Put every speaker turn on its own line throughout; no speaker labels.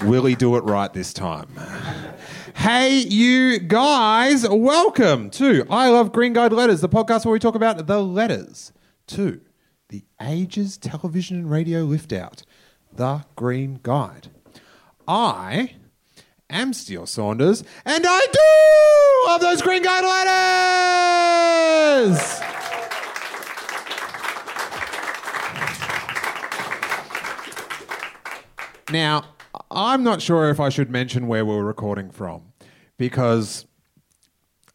Will he do it right this time? Hey, you guys, welcome to I Love Green Guide Letters, the podcast where we talk about the letters to the ages television and radio lift out, The Green Guide. I am Steele Saunders, and I do love those Green Guide letters! Now, I'm not sure if I should mention where we're recording from because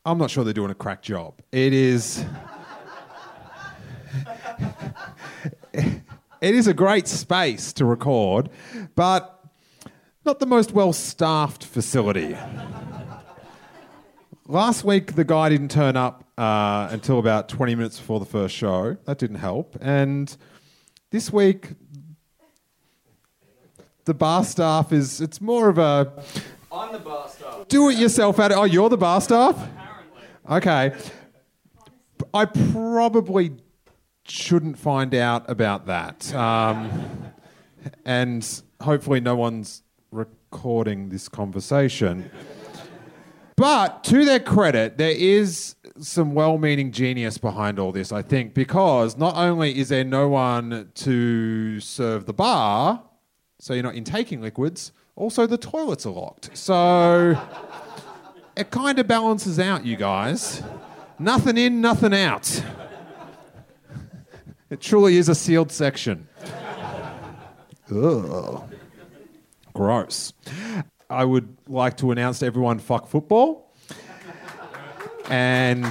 I'm not sure they're doing a crack job. It is. it is a great space to record, but not the most well staffed facility. Last week, the guy didn't turn up uh, until about 20 minutes before the first show. That didn't help. And this week, the bar staff is it's more of a
I'm the bar staff.
do it yourself at oh you're the bar staff okay i probably shouldn't find out about that um, and hopefully no one's recording this conversation but to their credit, there is some well meaning genius behind all this, I think, because not only is there no one to serve the bar, so you're not intaking liquids, also the toilets are locked. So it kind of balances out, you guys. Nothing in, nothing out. It truly is a sealed section. Ugh. Gross. I would like to announce to everyone fuck football. And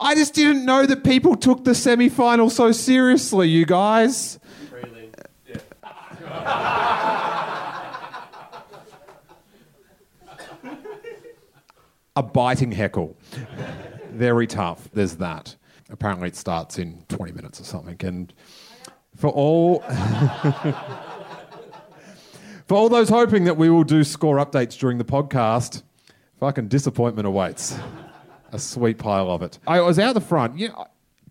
I just didn't know that people took the semi final so seriously, you guys.
Really? Yeah.
A biting heckle. Very tough. There's that. Apparently, it starts in 20 minutes or something. And for all. For all those hoping that we will do score updates during the podcast, fucking disappointment awaits. A sweet pile of it. I was out the front. You know,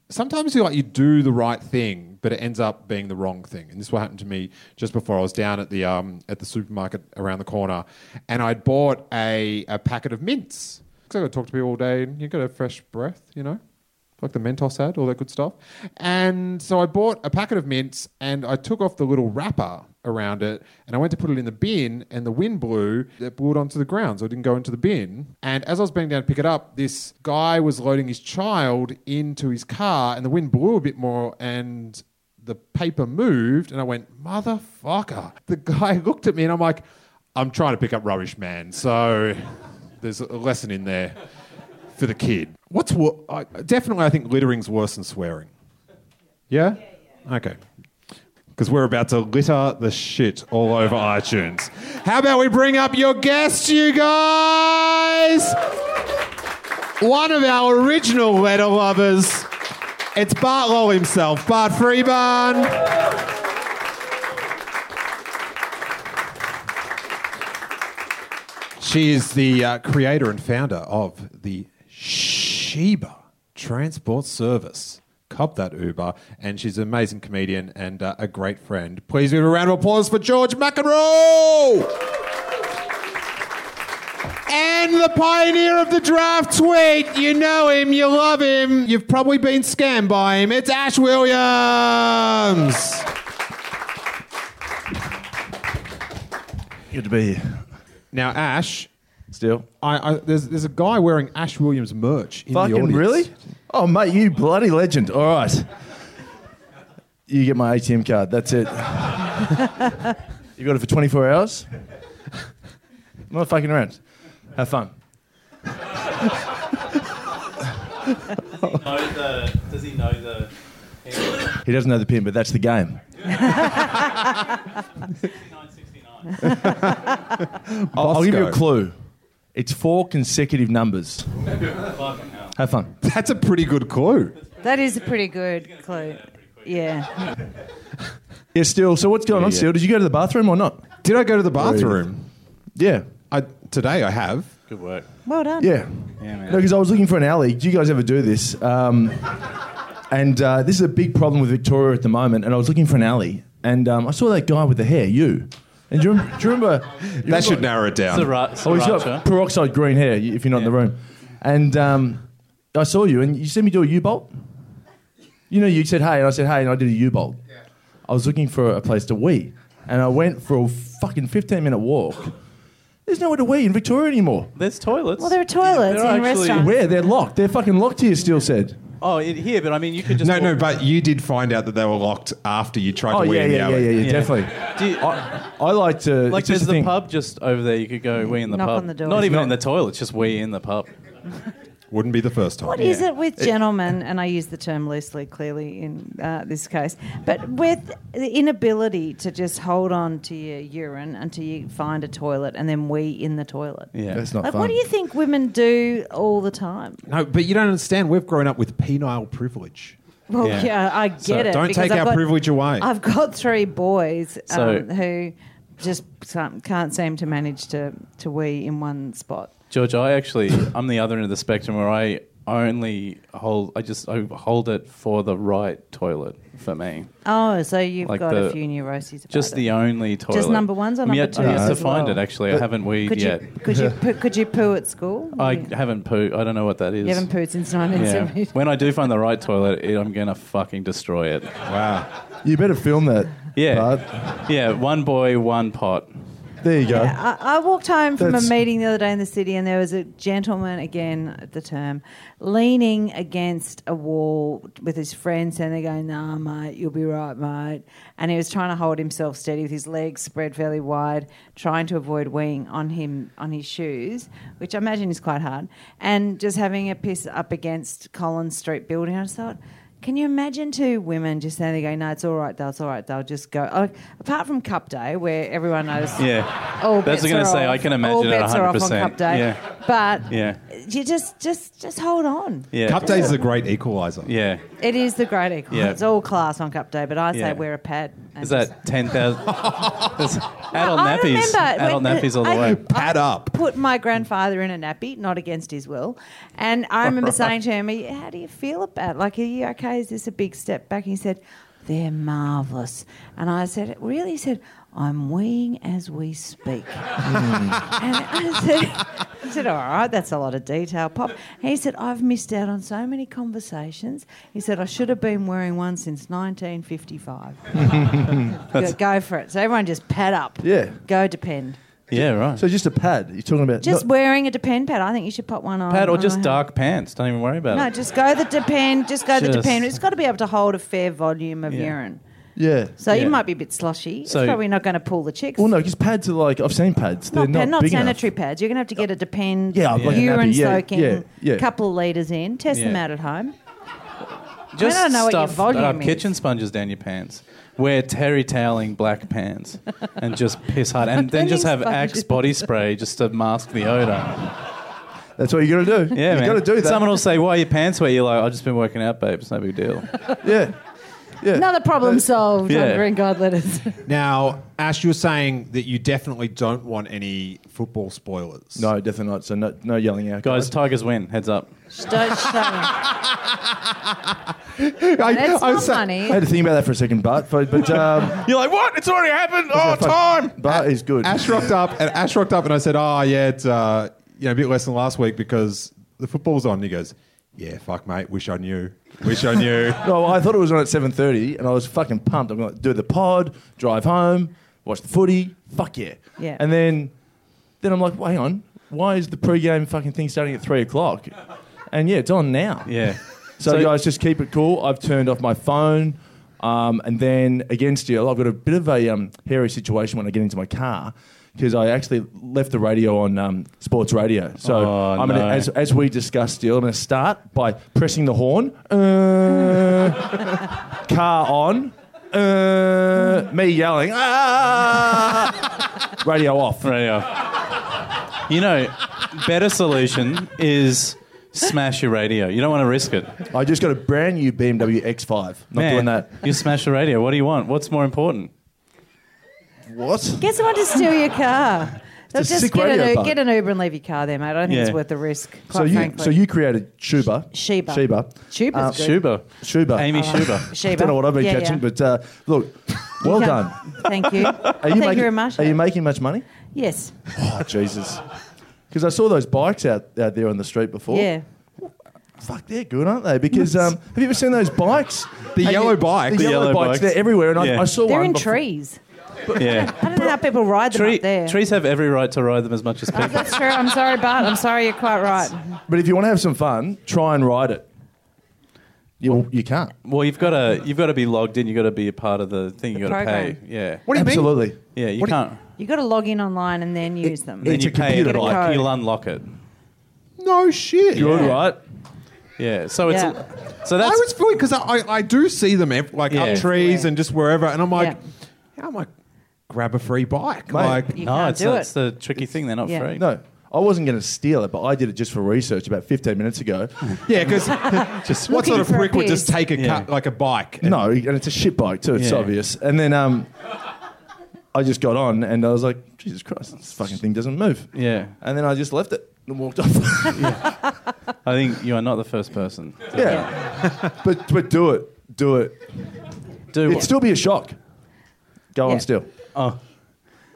sometimes you like you do the right thing, but it ends up being the wrong thing. And this is what happened to me just before I was down at the um, at the supermarket around the corner, and I'd bought a, a packet of mints because I got to talk to people all day, and you got a fresh breath, you know like the Mentos had, all that good stuff. And so I bought a packet of mints and I took off the little wrapper around it and I went to put it in the bin and the wind blew, it blew it onto the ground, so it didn't go into the bin. And as I was bending down to pick it up, this guy was loading his child into his car and the wind blew a bit more and the paper moved and I went, motherfucker. The guy looked at me and I'm like, I'm trying to pick up rubbish, man. So there's a lesson in there for the kid. What's wor- I, definitely, I think littering's worse than swearing. Yeah? Okay. Because we're about to litter the shit all over iTunes. How about we bring up your guest, you guys? One of our original letter lovers. It's Bart Lowe himself, Bart Freeburn. She is the uh, creator and founder of the Sheba Transport Service. Cop that Uber, and she's an amazing comedian and uh, a great friend. Please give a round of applause for George McEnroe and the pioneer of the draft tweet. You know him, you love him, you've probably been scammed by him. It's Ash Williams.
Good to be here.
Now, Ash,
Still.
I, I, there's, there's a guy wearing Ash Williams merch in the
Fucking
audience.
really? Oh, mate, you bloody legend. All right. You get my ATM card. That's it. you got it for 24 hours? I'm not fucking around. Have fun.
Know the, does he know the?
He doesn't know the pin, but that's the game.
6969.
I'll, I'll give you a
Bosco.
clue. It's four consecutive numbers.
Fucking hell.
Have fun.
That's a pretty good clue.
That is a pretty good clue. Yeah.
Yeah, still. So what's going on, still? Did you go to the bathroom or not?
Did I go to the bathroom?
Yeah.
I, today I have.
Good work.
Well done.
Yeah.
Yeah, man.
No, because I was looking for an alley. Do you guys ever do this? Um, and uh, this is a big problem with Victoria at the moment. And I was looking for an alley, and um, I saw that guy with the hair, you. And do you, rem- do you remember? you
That should
remember-
narrow it down.
Oh, he's got peroxide green hair. y- If you're not in the room, and um, I saw you, and you seen me do a U-bolt. You know, you said hey, and I said hey, and I did a U-bolt. I was looking for a place to wee, and I went for a fucking 15 minute walk. There's nowhere to wee in Victoria anymore.
There's toilets.
Well, there are toilets
There are
in
actually-
restaurants.
Where they're locked, they're fucking locked here. Still said.
oh, it, here, but I mean, you could just.
No,
walk-
no, but you did find out that they were locked after you tried
Oh
to wee
yeah,
in the
yeah, yeah,
alley.
yeah, yeah,
Yeah.
definitely.
Do you-
I, I like to
like
it's just
there's
a
the
thing.
pub just over there. You could go wee in the
Knock
pub.
on the door.
Not even
Not-
in the toilet. It's just wee in the pub.
Wouldn't be the first time.
What is it with gentlemen, and I use the term loosely, clearly in uh, this case, but with the inability to just hold on to your urine until you find a toilet and then wee in the toilet?
Yeah.
That's not
Like,
fun.
what do you think women do all the time?
No, but you don't understand. We've grown up with penile privilege.
Well,
Yeah.
yeah, I get it.
don't
because
take
I've
our
got-
privilege away.
I've got three boys um,
So-
who just can't- can't seem to manage to, to wee in one spot.
George, I actually, I'm the other end of the spectrum where I only hold, I just I hold it for the right toilet for me.
Oh, so you've
Like
got
the-
a few neuroses. About
Just
it.
the only toilet.
number ones or
I'm
number
yet, I'm
twos
yet to
as
find
well?
it actually. I haven't weed
Could
yet.
you could you poo, could you poo at school?
I
you,
haven't pooed. I don't know what that is.
you haven't pooed since
Yeah.
1970.
when I do find the right toilet, it, I'm gonna fucking destroy it.
Wow.
You better film that.
Yeah,
Bart.
yeah. One boy, one pot.
There you go.
I, I walked home from
That's-
a meeting the other day in the city, and there was a gentleman again, the term, leaning against a wall with his friends, and they're going, "Nah, mate, you'll be right, mate." And he was trying to hold himself steady with his legs spread fairly wide, trying to avoid weighing on him on his shoes, which I imagine is quite hard, and just having a piss up against Collins Street building. I just thought. Can you imagine two women just standing there going, no, it's all right, they'll, it's all right, they'll just go. Oh, apart from Cup Day, where everyone knows
Yeah.
all
That's
bets
what I'm gonna
are
say.
off.
I can imagine
all
it
bets are off on
100%.
Cup Day.
Yeah.
But
Yeah.
you just just just hold on.
Yeah.
Cup Day's the great equalizer.
Yeah.
It is the great equal.
Yeah.
It's all class on Cup Day, but I say
Yeah.
wear a pad. and
Is
just-
that ten thousand? adult
I
nappies.
remember
Adult
when-
nappies all the
I-
way.
Pad up.
Put my grandfather in a nappy, not against his will. And I remember saying to him, How do you feel about it? Like, are you okay? Is this a big step back? And he said, They're marvellous. And I said, Really? He said, I'm weeing as we speak. And I said, I said, all right, that's a lot of detail, Pop. And he said, I've missed out on so many conversations. He said, I should have been wearing one since 1955. go, go for it. So everyone just pad up.
Yeah.
Go depend.
Yeah, right.
So just a pad. You're talking about
Just
not-
wearing a depend pad. I think you should put one on.
Pad or
on
just
my-
dark pants. Don't even worry about
uh, No,
it.
just go the depend. Just go the
Just-
depend. It's got to be able to hold a fair volume of
Yeah.
urine.
yeah.
So
Yeah.
you might be a bit sloshy.
So-
it's probably not going to pull the chicks.
Well, no, because pads are like I've seen pads. They're
not,
not,
pa- not
big
sanitary
Enough.
pads. You're going to have to get a depend
Yeah, I'd like a
urine
nappy. Yeah,
soaking
yeah, yeah.
couple of litres in. Test them
Yeah.
out at home.
just
I don't know what your
stuff
volume
uh,
is.
kitchen sponges down your pants. Wear terry toweling black pants and just piss hard, and then just have
Sponges.
Axe body spray just to mask the odor.
That's what you got to do.
Yeah,
you
man.
got to do that.
Someone will say, "Why are your pants wet?" You're like, "I've just been working out, babe. It's no big deal."
yeah, yeah.
Another problem solved
Yeah.
on Green Guide letters.
Now, Ash, you're saying that you definitely don't want any football spoilers.
No, definitely not. So no, no yelling out,
Guys, Tigers win. Heads up.
Don't show them.
I,
That's
I
not
was sa-
I
funny.
had to think about that for a second, Bart. But, but um,
You're like, "What? It's already happened." Oh,
if I- Bart is good.
Ash rocked up, and Ash rocked up, and I said,
"Ah,
"Oh yeah, it's uh, you know a bit less than last week because the football's on." And he goes, "Yeah, fuck, mate. Wish I knew. Wish I knew."
No, I thought it was on at seven thirty, and I was fucking pumped. I'm gonna do the pod, drive home, watch the footy. Fuck yeah.
Yeah.
And then, then I'm like, well, hang on, why is the pre-game fucking thing starting at three o'clock? And yeah, it's on now.
Yeah.
So, guys, just keep it cool. I've turned off my phone. Um, and then again, still, I've got a bit of a um, hairy situation when I get into my car because I actually left the radio on um, sports radio. So
Oh,
I'm
no.
gonna, as, as we discussed, still, I'm going to start by pressing the horn. Uh, car on. Uh, me yelling. Ah! radio off.
Radio. You know, better solution is smash your radio. You don't want to risk it.
I just got a brand new BMW X5. Not
Man,
doing that.
You smash the radio. What do you want? What's more important?
What?
Get someone to steal your car. They'll
It's a
just
sick
get
radio
an, U-
button.
get an Uber and leave your car there, mate. I don't think
Yeah.
it's worth the risk. Quite
So you,
frankly.
so you created Shuba.
Sheba.
Sheba.
Sheba's
Uh,
good.
Schuber.
Shuba.
Amy Schuber.
Sheba.
I don't know what I've been
Yeah,
catching,
yeah.
but uh, look, Well
You've
done.
Thank you.
Are
Thank
making,
you very much.
Are you making much money?
yes.
Oh, Jesus. Because I saw those bikes out, out there on the street before.
Yeah.
Fuck, they're good, aren't they? Because um, have you ever seen those bikes?
The
And
yellow
you-
bikes.
The,
The
yellow,
yellow
bikes.
bikes.
They're everywhere. And I,
Yeah.
I saw
They're
one
in
before-
trees.
Yeah.
I don't know how people ride them
Tree,
up there. Oh,
trees have every right to ride them as much as people.
That's true. I'm sorry, Bart. I'm sorry. You're quite right.
But if you want to have some fun, try and ride it. You, you can't.
well, you've got to you've got to be logged in. You've got to be a part of the thing. You've got to
program.
pay. Yeah.
What do you
Absolutely.
mean?
Yeah. You
What do you-
can't.
You got to log in online and then use them.
then
It's
you
a
pay
computer
it.
bike.
Like, you'll unlock it.
No shit.
Good, right?
Yeah. So it's
Yeah.
so that's
I was feeling because I, I, I do see them ev- like
Yeah.
up trees and just wherever, and I'm like,
Yeah.
how am I grab a free bike?
Mate.
Like,
You
no.
can't
it's
do
that's
it.
the tricky thing. They're not
Yeah.
free.
No, I wasn't going to steal it, but I did it just for research about 15 minutes ago.
yeah, because what
Looking
sort of
for a
prick would just
piece.
take a
Yeah.
cut like a bike? and-
no, and it's a shit bike too. It's
Yeah.
obvious. And then um, I just got on and I was like, Jesus Christ, this fucking thing doesn't move.
Yeah.
And then I just left it and walked off.
I think you are not the first person. to
yeah, but but do it, do it.
Do
It'd
one.
still be a shock. Go
Yeah.
on, still.
Oh.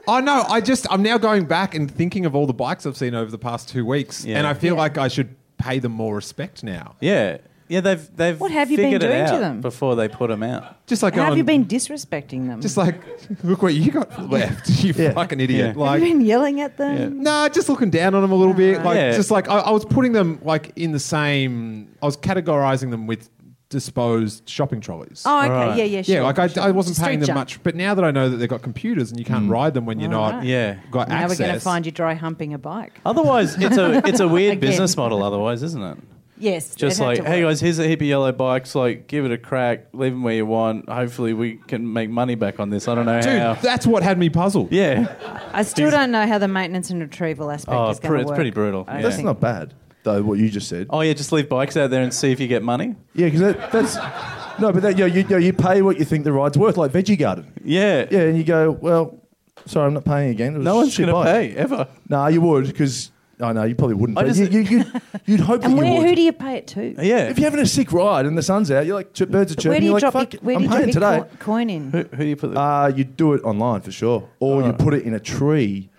I know. I just I'm now going back and thinking of all the bikes I've seen over the past two weeks,
Yeah.
and I feel
Yeah.
like I should pay them more respect now.
Yeah. Yeah, they've they've
What have you been
figured
doing
it
to
out
them?
before they put them out.
Just like
How have
going,
you been disrespecting them?
Just like look what you got left, you
Yeah.
fucking idiot.
Yeah.
have you
Like.
been yelling at them?
No, just looking down on them a little bit. Like,
Yeah.
just like I, I was putting them like in the same. I was categorizing them with disposed shopping trolleys.
Oh, okay.
Right.
Yeah, yeah, sure.
yeah, like I,
sure.
I wasn't
Street
paying them
junk.
much, but now that I know that they've got computers and you can't ride them when you're
All
not
right.
Mm. Yeah.
got
Now
access.
we're going to find you dry humping a bike.
Otherwise, it's a it's a weird
Again.
business model. Otherwise, isn't it?
Yes.
Just
they'd have
like,
to
hey
work.
guys, here's a hippie yellow bikes. Like, give it a crack. Leave them where you want. Hopefully, we can make money back on this. I don't know
Dude,
how.
that's what had me puzzled.
yeah,
I still don't know how the maintenance and retrieval aspect
Oh,
is
it's
going
pre-
to
it's
work.
pretty brutal.
I
Yeah.
That's
think.
not bad though. What you just said.
Oh yeah, just leave bikes out there and see if you get money.
Yeah, because that, that's no, but that you, know, you, you, know, you pay what you think the ride's worth, like Veggie Garden.
Yeah,
Yeah, and you go, well, sorry, I'm not paying again. It was
No
a
one's
shit
gonna
bike.
pay ever.
No, you would because I know you probably wouldn't.
I
But
just-
you, you, you'd, you'd hope that
And
you
where,
would.
who do you pay it to?
Yeah.
if you're having a sick ride and the sun's out, you're like chirp- birds are chirping.
Where do
you're
you
like,
drop
fuck
your,
it,
where do
I'm
you drop
paying
your
today.
co- coin in?
who, who do you put? The,
Uh, you do it online for sure, or you put it in a tree.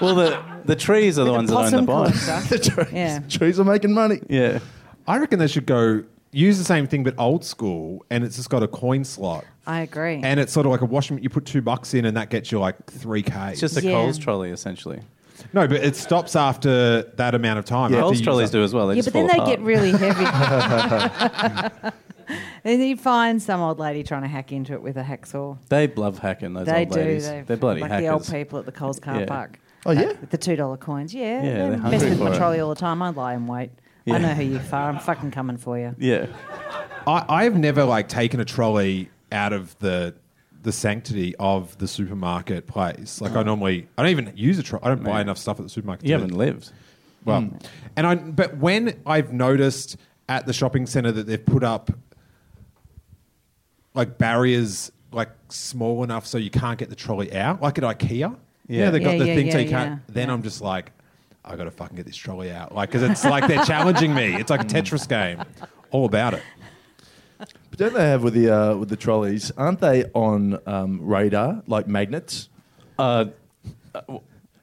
well, the the trees are the ones that own the
Possum
bike.
collector.
The trees,
Yeah.
trees are making money.
Yeah,
I reckon they should go use the same thing but old school, and it's just got a coin slot,
I agree.
and it's sort of like a washing. You put two bucks in, and that gets you like three k.
it's just a
Yeah.
Coles trolley essentially.
no, but it stops after that amount of time. after
Coles
you
trolleys
use up-
do as well. They
yeah,
just
but then
fall
they
apart.
get really heavy. then you find some old lady trying to hack into it with a hacksaw.
They love hacking those
They
old
do.
ladies.
They,
They're bloody
like
hackers.
the old people at the Coles car
Yeah.
park.
Oh, yeah?
Like, with the two dollar coins.
Yeah,
Yeah, they
they're
mess
hungry
with
for
my
it.
trolley all the time. I lie and wait.
Yeah.
I know who you are. I'm fucking coming for you.
Yeah,
I, I have never like taken a trolley out of the the sanctity of the supermarket place. Like I normally, I don't even use a trolley. I don't buy enough stuff at the supermarket.
you
to-
haven't lived.
Well, and I but when I've noticed at the shopping centre that they've put up like barriers like small enough so you can't get the trolley out, like at IKEA. Yeah,
Yeah.
they've got
Yeah,
the
yeah,
thing so
yeah,
you can't.
yeah.
Then I'm just like, I gotta fucking get this trolley out, like because it's like they're challenging me. It's like a Tetris game, all about it.
But don't they have with the uh, with the trolleys? Aren't they on um, radar like magnets?
Uh,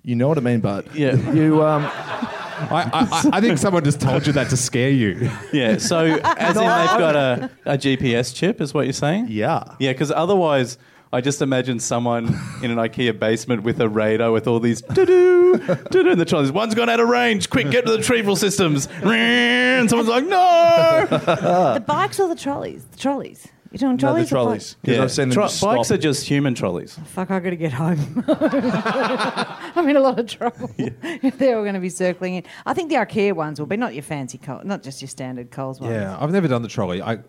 You know what I mean, but
Yeah.
you um,
I, I, I think someone just told you that to scare you.
Yeah, so as in they've got a, a GPS chip, is what you're saying?
Yeah.
Yeah, because otherwise, I just imagine someone in an IKEA basement with a radar with all these doo doo doo doo, and the trolley's one's gone out of range. Quick, get to the retrieval systems. And someone's like, no.
The bikes or the trolleys? The trolleys. You're doing
no, the
trolleys. or
trolleys.
bikes?
'Cause I've seen them
Tro-
just
bikes
stop.
are just human trolleys.
Fuck, I gotta get home. I'm in a lot of trouble. They're all gonna be circling in. I think the IKEA ones will be not your fancy Coles, not just your standard Coles ones.
Yeah, I've never done the trolley. I,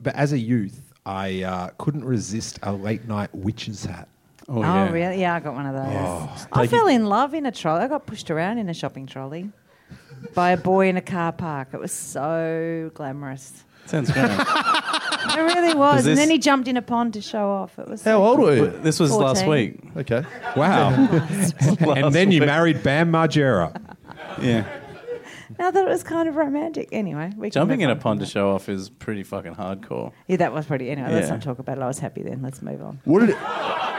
but as a youth, I uh, couldn't resist a late night witch's hat.
Oh, really? Yeah, I got one of those. I
Oh, Take
fell in love in a trolley. I got pushed around in a shopping trolley by a boy in a car park. It was so glamorous.
Sounds great.
It really was.
this-
And then he jumped in a pond to show off. It was
How
so
old were you?
this was last
14.
week.
Okay.
Wow. and then you married Bam Margera.
Yeah.
And I thought it was kind of romantic. Anyway, we can
Jumping
move
in a
on from
pond to
that.
show off is pretty fucking hardcore.
Yeah, that was pretty. Anyway, let's
Yeah.
not talk about it. I was happy then. Let's move on.
What did?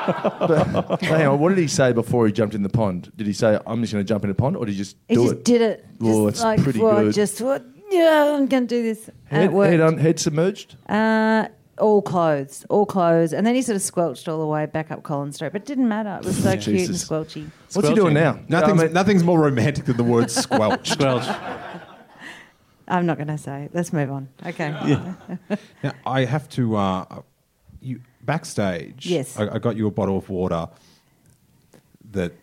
But- hang on, what did he say before he jumped in the pond? Did he say, "I'm just going to jump in a pond," or did he just
He
do
just
it?
did it. Just
Well, it's
like,
pretty
well,
good.
Just what? Yeah, I'm gonna do this. And
Head,
it worked.
head, un, head submerged.
Uh, all clothes, all clothes, and then he sort of squelched all the way back up Collins Street, but it didn't matter. It was so cute and
Jesus.
squelchy.
What's he doing
Squelching. Um,
now?
Nothing's,
I mean,
nothing's more romantic than the word squelch.
Squelch.
I'm not going to say. it. Let's move on. Okay.
Now, I have to. Uh, you backstage.
Yes.
I, I got you a bottle of water that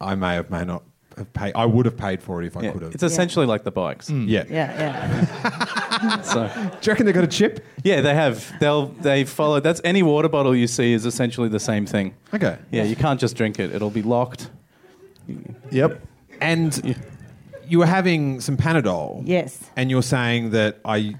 I may have may not have paid. I would have paid for it if I
Yeah,
could have.
it's essentially like the bikes.
Mm.
yeah.
Yeah, yeah.
So
Do you reckon they got a chip?
yeah, they have. They'll they follow. That's any water bottle you see is essentially the same thing.
Okay.
Yeah, you can't just drink it. It'll be locked.
yep.
And you were having some Panadol.
Yes.
And you're saying that I,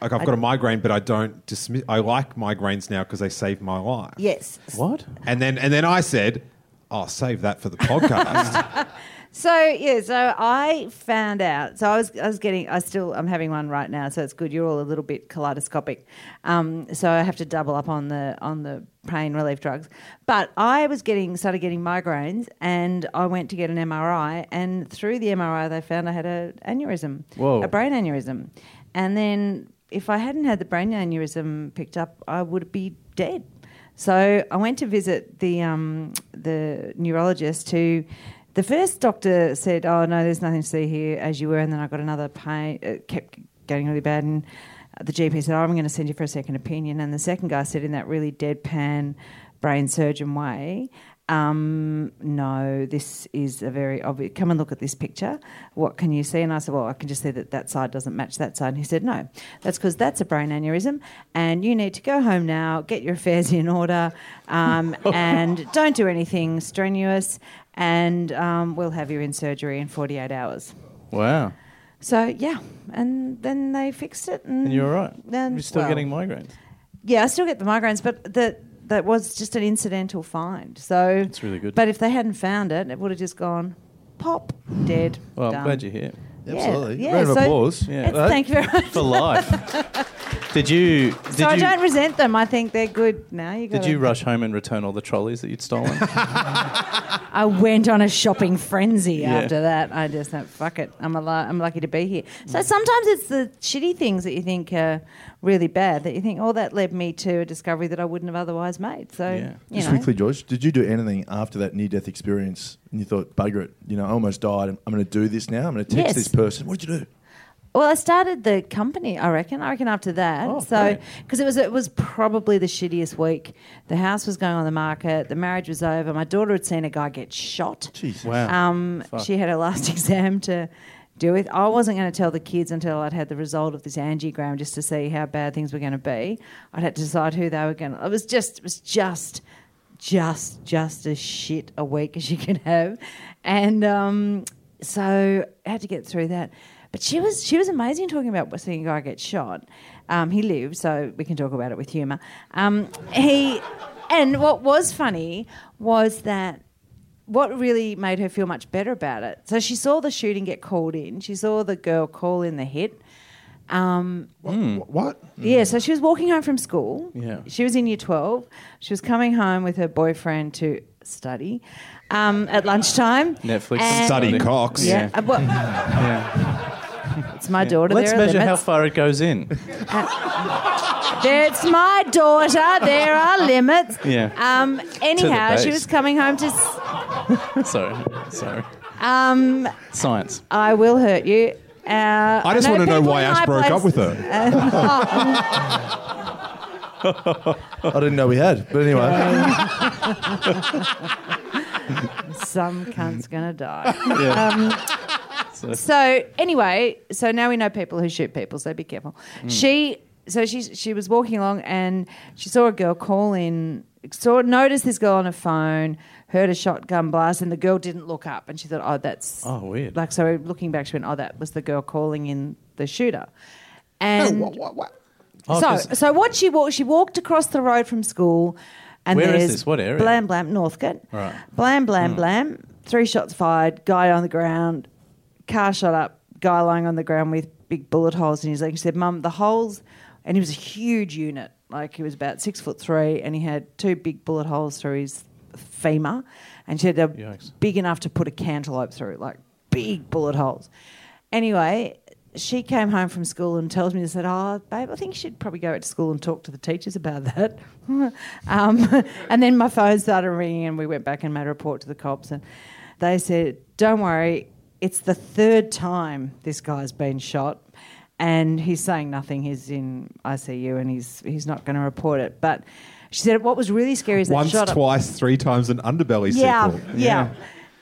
like, I've got a migraine, but I don't dismiss. I like migraines now because they save my life.
Yes.
What?
And then and then I said, "I'll save that for the podcast."
So yeah, so I found out. So I was, I was getting, I still, I'm having one right now. So it's good. You're all a little bit kaleidoscopic. Um, so I have to double up on the on the pain relief drugs. But I was getting started getting migraines, and I went to get an MRI. And through the MRI, they found I had a aneurysm,
Whoa.
a brain aneurysm. And then if I hadn't had the brain aneurysm picked up, I would be dead. So I went to visit the um, the neurologist who the first doctor said, "Oh no, there's nothing to see here as you were," and then I got another pain. It kept getting really bad, and the GP said, oh, "I'm going to send you for a second opinion." And the second guy said, in that really deadpan brain surgeon way, um, no, this is a very obvious. Come and look at this picture. What can you see? And I said, Well, I can just see that that side doesn't match that side. And he said, No, that's because that's a brain aneurysm, and you need to go home now, get your affairs in order, um, and don't do anything strenuous, and um, we'll have you in surgery in 48 hours.
Wow.
So, yeah, and then they fixed it. And,
And you're all right.
Mm, Then-
You're still
well-
getting migraines.
yeah, I still get the migraines, but that that was just an incidental find. So
It's really good.
But if they hadn't found it, it would have just gone pop dead.
Well,
done.
I'm glad you're here
Yeah,
Absolutely.
yeah,
Round of
so-
applause.
Yeah.
it's-
Right?
Thank you very much.
for life. did you? Did
so
you?
I don't resent them. I think they're good now. You
did
gotta-
you rush home and return all the trolleys that you'd stolen?
I went on a shopping frenzy
Yeah.
after that. I just thought, fuck it. I'm, al- I'm lucky to be here. So sometimes it's the shitty things that you think are really bad that you think, oh, that led me to a discovery that I wouldn't have otherwise made. So,
Yeah.
you
Just
know.
quickly, George, did you do anything after that near-death experience? And you thought, bugger it, you know, I almost died. I'm, I'm going to do this now. I'm going to text
Yes.
this person. What did you do?
Well, I started the company. I reckon. I reckon after that.
Oh,
so
great.
because it was it was probably the shittiest week. The house was going on the market. The marriage was over. My daughter had seen a guy get shot.
Jesus.
wow.
Um, she had her last exam to do with. I wasn't going to tell the kids until I'd had the result of this angiogram just to see how bad things were going to be. I'd had to decide who they were going to. It was just, it was just, just, just as shit a week as you can have, and um, so I had to get through that. But she was she was amazing talking about seeing a guy get shot. Um, he lived, so we can talk about it with humour. Um, he and what was funny was that what really made her feel much better about it. So she saw the shooting get called in. She saw the girl call in the hit. Um,
Mm.
Wh- what?
Yeah, so she was walking home from school.
Yeah.
She was in year 12. She was coming home with her boyfriend to study um, at lunchtime.
Netflix
And-
Study cocks.
Yeah. uh, well- It's my daughter.
Let's
there are
measure how
limits.
far it goes in.
There- It's my daughter. There are limits.
Yeah.
Um, anyhow, she
base.
was coming home to. s-
sorry, sorry.
Ah. Um,
Science.
I will hurt you. Uh,
I just want to know
people
why
in
Ash
high
broke up
places- Oh,
with her.
I didn't know we had. But anyway,
Some cunt's gonna die. Um,
Yeah.
so anyway, so now we know people who shoot people, so be careful.
Hmm.
She so she she was walking along and she saw a girl call in saw noticed this girl on her phone, heard a shotgun blast, and the girl didn't look up and she thought, Oh, that's
Oh, weird.
Like so looking back she went, Oh, that was the girl calling in the shooter. And
what, what, what?
Oh,
so,
'cause-
so what she walked, she walked across the road from school, and
Where is
there's
this? What area?
Blam blam Northcote.
Right. Hmm.
Blam blam blam. Three shots fired. Guy on the ground. Car shot up. guy lying on the ground with big bullet holes in his leg. She said, Mum, the holes, and he was a huge unit. Like he was about six foot three, and he had two big bullet holes through his femur. And she said they're
Yikes.
big enough to put a cantaloupe through, like big bullet holes. Anyway, she came home from school and tells me and said, "Oh, babe, I think you should probably go out to school and talk to the teachers about that." um, and then my phone started ringing, and we went back and made a report to the cops, and they said, "Don't worry, it's the third time this guy's been shot." And he's saying nothing. He's in ICU, and he's he's not going to report it. But she said what was really scary is that
Once,
shot at-
twice, three times an underbelly
yeah,
sequel.
Yeah.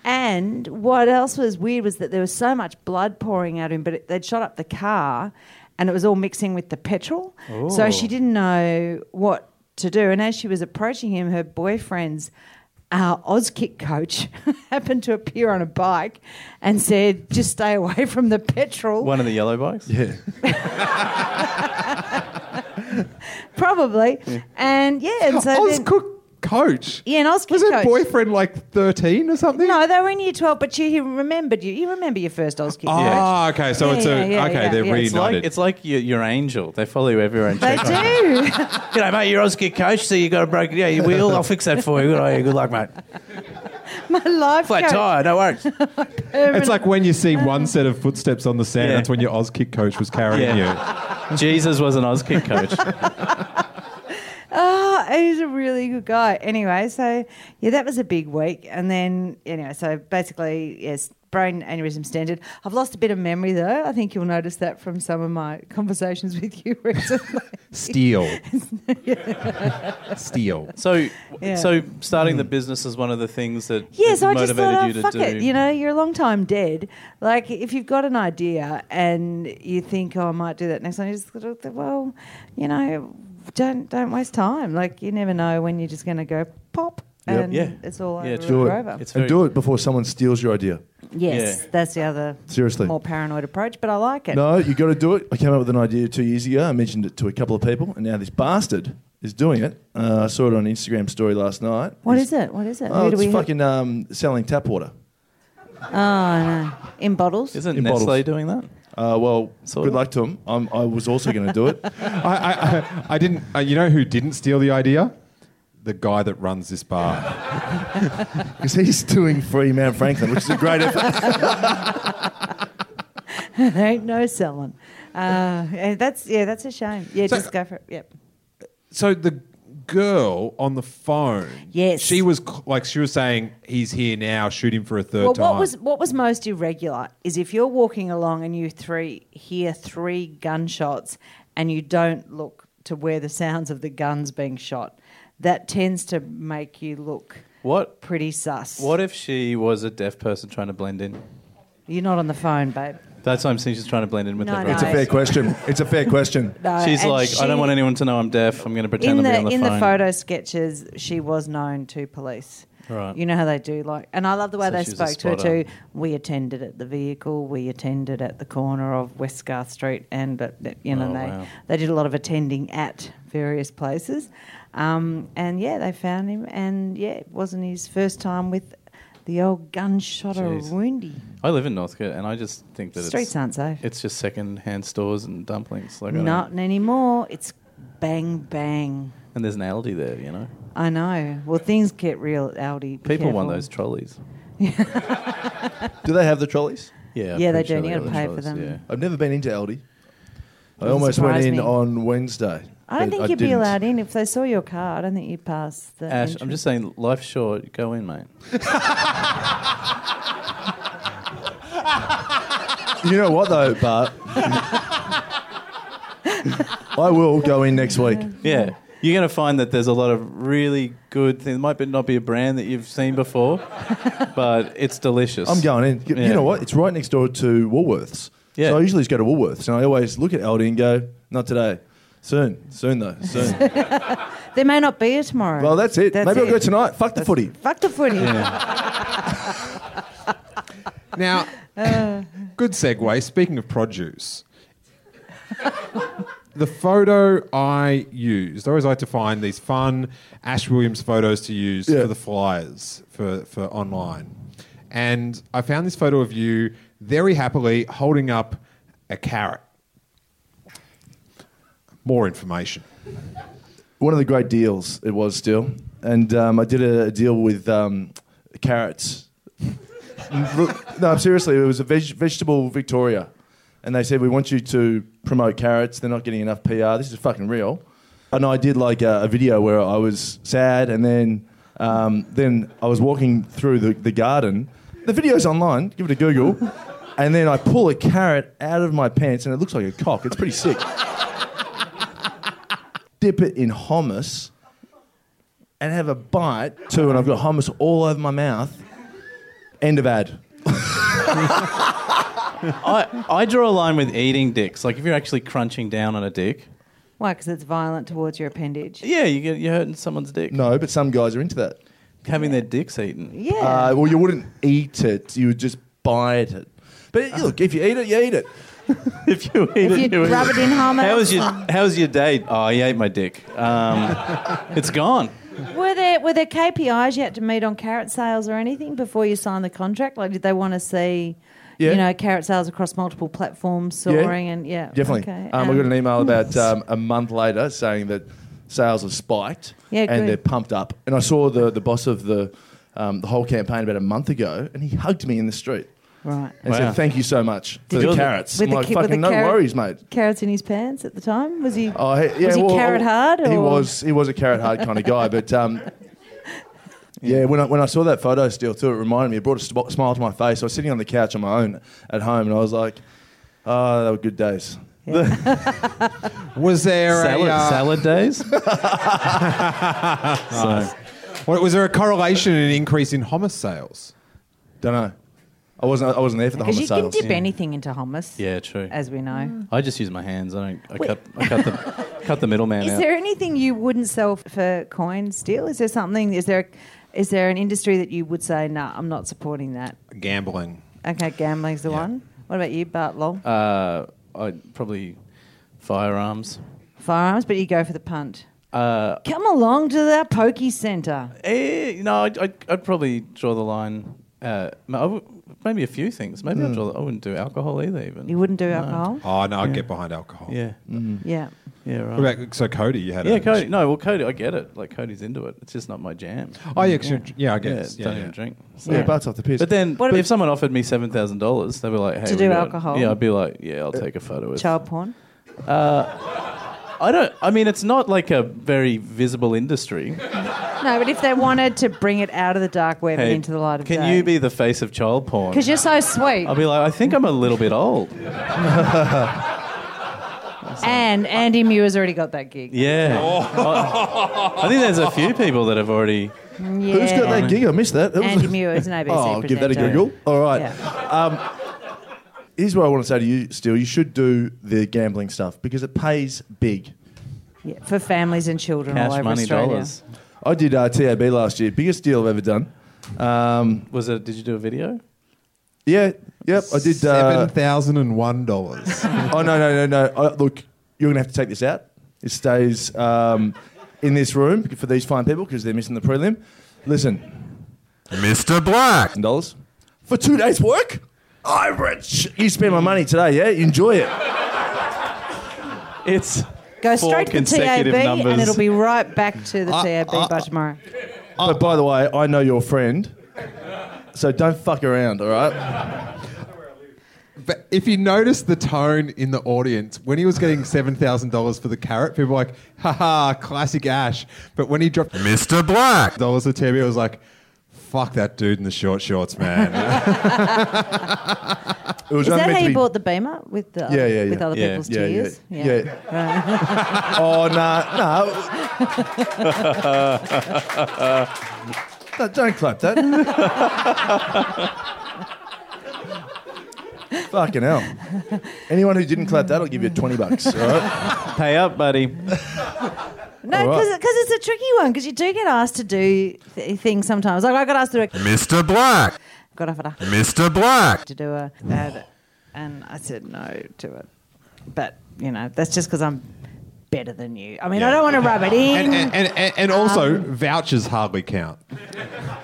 And what else was weird was that there was so much blood pouring out of him, but it, they'd shot up the car and it was all mixing with the petrol. So
Oh.
she didn't know what to do. And as she was approaching him, her boyfriend's uh, Auskick coach happened to appear on a bike and said, just stay away from the petrol.
One of the yellow bikes? Yeah.
Probably. And yeah, and so.
Oz
then-
Cook coach.
yeah, and Auskick
Was her
coach.
boyfriend like 13 or something?
No, they were in year 12, but you, he remembered you. You remember your first Auskick coach.
Ah, okay. So
Yeah,
it's a.
yeah, yeah,
okay,
yeah,
they're
yeah.
reunited.
It's like, it's like your, your angel. They follow you everywhere and
They
check on you.
do.
You know, mate, you're Oscar coach, so you got a broken yeah, your wheel. I'll fix that for you. Good, on you. Good luck, mate.
My life
Flat
coach.
tire, no worries.
It's like when you see one set of footsteps on the sand,
Yeah.
that's when your Oz kick coach was carrying
Yeah. Jesus was an Auskick coach.
Oh, he's a really good guy. Anyway, so yeah, that was a big week. And then anyway, so basically, yes, brain aneurysm stented. I've lost a bit of memory though. I think you'll notice that from some of my conversations with you recently.
you. Steel. Steel.
So,
Yeah.
so starting the business is one of the things that
Yeah,
that
so I
motivated
just thought,
you
oh,
to
fuck
do.
it. You know, you're a long time dead. Like, if you've got an idea and you think, oh, I might do that next time, you just gotta think, well, you know, don't don't waste time. Like, you never know when you're just going to go pop
Yep.
and
Yeah.
it's all over.
Yeah,
Do
and
it.
over.
It's
and
very-
do it before someone steals your idea.
Yes,
Yeah.
that's the other
Seriously.
more paranoid approach, but I like it.
No, you got to do it. I came up with an idea two years ago. I mentioned it to a couple of people, and now this bastard is doing it. Uh, I saw it on Instagram story last night.
What
He's-
is it? What is it?
Oh,
Who do
it's
we
fucking um, selling tap water.
in bottles?
Isn't
In
Nestle
bottles.
doing that?
Uh, well,
Sort
good
of.
luck to him. I'm, I was also going to do it.
I, I, I, I didn't. Uh, you know who didn't steal the idea? The guy that runs this bar.
Because he's doing free Mount Franklin, which is a great effort.
there ain't no selling. Uh, and that's yeah, that's a shame. Yeah,
So-
just go for it. Yep.
So the girl on the phone.
Yes.
She was c- like, she was saying, he's here now, shoot him for a third
Well,
time.
what was what was most irregular is if you're walking along and you three hear three gunshots and you don't look to where the sounds of the guns being shot, that tends to make you look
What?
pretty sus.
What if she was a deaf person trying to blend in?
You're not on the phone, babe.
That's what I'm saying. She's trying to blend in with
No,
everyone.
no. It's a fair
question. It's a fair question.
No,
She's
Uh, and
like, I don't
she-
want anyone to know I'm deaf. I'm going to pretend
in
to be
the,
on the
in
phone.
the photo sketches, she was known to police.
Right.
You know how they do, like, and I love the way
So
they
she was a
spoke to her
spotter.
too. We attended at the vehicle. We attended at the corner of Westgarth Street, and but but, you know
Oh,
they
wow.
they did a lot of attending at various places, um, and yeah, they found him, and yeah, it wasn't his first time with the old gunshot or
Jeez.
woundy.
I live in Northcote, and I just think that
Streets
it's,
aren't safe.
it's just second-hand stores and dumplings. Like I don't-
Not anymore. It's bang bang.
and there's an Aldi there, you know.
I know. Well, things get real at Aldi. Be
People want
careful.
those trolleys.
Do they have the trolleys?
Yeah,
Yeah,
I'm
they
pretty
do, and you
they
gotta
have
pay
trolleys,
for them.
Yeah.
I've never been into Aldi. I
Doesn't
almost went
surprise
in
me.
on Wednesday.
I don't
but
think you'd be
didn't.
allowed in if they saw your car. I don't think you'd pass the.
Ash, I'm
entrance.
just saying, life's short. Go in, mate.
You know what though, Bart? I will go in next week.
Yeah. You're going to find that there's a lot of really good things. It might be, not be a brand that you've seen before, but it's delicious.
I'm going in. You, you
Yeah.
know what? It's right next door to Woolworths.
Yeah.
So I usually just go to Woolworths, and I always look at Aldi and go, "Not today. Soon. Soon though. Soon."
There may not be a tomorrow.
well, that's it. Maybe I'll go
it.
tonight. Fuck the footy.
Fuck the footy.
Now, good segue. Speaking of produce, the photo I used, I always like to find these fun Ash Williams photos to use
Yeah.
for the flyers for, for online. And I found this photo of you
very happily holding up a carrot. More information.
one of the great deals it was still, and um, I did a, a deal with um, carrots. no, seriously, it was a veg- vegetable Victoria, and they said we want you to promote carrots. They're not getting enough PR. This is fucking real. And I did like a, a video where I was sad, and then um, then I was walking through the, the garden. The video's online. Give it a Google, and then I pull a carrot out of my pants, and it looks like a cock. It's pretty sick dip it in hummus and have a bite too, and I've got hummus all over my mouth. End of ad.
I, I draw a line with eating dicks. Like if you're actually crunching down on a dick,
Why? Because it's violent towards your
Uh,
appendage.
yeah, you get, you're hurting someone's dick.
No, but some guys are into that.
Having their dicks eaten.
Yeah.
Uh, well, you wouldn't eat it; you would just bite it. But
Uh-huh.
look, if you eat it, you eat it.
if you eat
if
it,
you
you eat
rub
it.
it in harmony.
How was your How was your date? Oh, he ate my dick. Um, it's gone.
Were there were there KPIs you had to meet on carrot sales or anything before you signed the contract? Like, did they want to see,
Yeah.
you know, carrot sales across multiple platforms soaring? And yeah,
Definitely.
Okay.
Um, I got
Um,
an email about um, a month later saying that sales have spiked
Yeah,
and
good.
they're pumped up. And I saw the, the boss of the, um, the whole campaign about a month ago, and he hugged me in the street
right.
and
Wow.
said, "Thank you so much for
you-
the carrots."
With
I'm
the
like,
ki- with the
"Fucking no
carrot-
worries, mate."
Carrots in his pants at the time? Was he?
Oh, he, yeah,
was he
well,
carrot hard?
He
or-
was. He was a carrot hard kind of guy. But um, yeah, when I, when I saw that photo still too, it reminded me. It brought a sp- smile to my face. I was sitting on the couch on my own at home, and I was like, "Oh, they were good days."
Was there
Salad,
a, uh,
salad days. so,
what- was there a correlation in an increase in hummus sales?
Don't know. I wasn't. I wasn't there for the
Because
hummus
you can
sales.
dip anything into hummus.
yeah, true.
As we know.
I just use my hands. I don't. I cut. I cut the cut the middleman
Is
out.
there anything you wouldn't sell for coin still? Is there something? Is there? Is there an industry that you would say, no, I'm not supporting that?
Gambling.
Okay, gambling's the one. What about you, Bart Long?
uh, I probably firearms.
Firearms, but you go for the punt.
Uh,
Come along to that pokey centre.
eh, no, I'd, I'd, I'd probably draw the line. Uh, I w- maybe a few things. Maybe I'd draw. The, I wouldn't do alcohol either. Even
You wouldn't do alcohol?
Oh, no, I'd get behind alcohol.
Yeah.
Yeah.
Yeah. Right.
What about, so, Cody, you had
Yeah,
a.
Cody. No, well, Cody, I get it. Like Cody's into it. It's just not my jam.
Oh, yeah, 'cause you're- yeah, I get
Yeah,
it. Yeah,
don't
yeah.
even drink. So-
Yeah, butts off the piss.
But then,
What
but
ab-
if someone offered me seven thousand dollars, they'd be like, "Hey,
To
we
do
got-
alcohol?
Yeah, I'd be like, "Yeah, I'll take a photo with."
Child porn?
I don't. I mean, it's not like a very visible industry.
No, but if they wanted to bring it out of the dark web and
Hey,
into the light of
can
day.
you be the face of child porn?
Because you're so sweet.
I'll be like, I think I'm a little bit old.
And Andy Muir's already got that gig.
Yeah.
Oh.
I, I think there's a few people that have already.
who's got that gig? I missed that. That was-
Andy Muir is an ABC
Oh, I'll give that a
presenter.
Google. All right.
Yeah.
Here's what I want to say to you. Still, you should do the gambling stuff because it pays big.
Yeah, For families and children all
Cash
over
money
Australia.
dollars.
I did uh, TAB last year. Biggest deal I've ever done. Um,
Was it? Did you do a video?
yeah. Yep. I did. Uh,
$7,001.
oh no no no no! Uh, look, you're gonna have to take this out. It stays um, in this room for these fine people because they're missing the prelim. Listen,
Mr. Black.
dollars for two days' work. I'm rich. You spend my money today, yeah? Enjoy it.
It's
Go
four
straight to the TAB
consecutive numbers.
and it'll be right back to
Ah,
the TAB by tomorrow.
But by the way, I know your friend, so don't fuck around. All right.
but if you notice the tone in the audience, when he was getting $7,000 for the carrot, people were like, haha, classic Ash. But when he dropped
Mr. Black.
dollars to Terry, it was like, fuck that dude in the short shorts, man.
It was
Is
only
that
meant to
how you
be-
bought the Beamer with the
Yeah, yeah, yeah.
with other
Yeah.
people's
Yeah, yeah,
tears?
yeah. oh no, nah, no. no. Don't clap that. Fucking hell. Anyone who didn't clap that, I'll give you 20 bucks. All right?
Pay up, buddy.
No,
All right.
because it's a tricky one because you do get asked to do th- things sometimes. Like I got asked to do
Mr. Black.
a, got offered a,
Mr. Black.
to do a that, and I said no to it. But you know that's just because I'm better than you. I mean I don't want to rub it in.
and, and, and, and also, vouchers hardly count.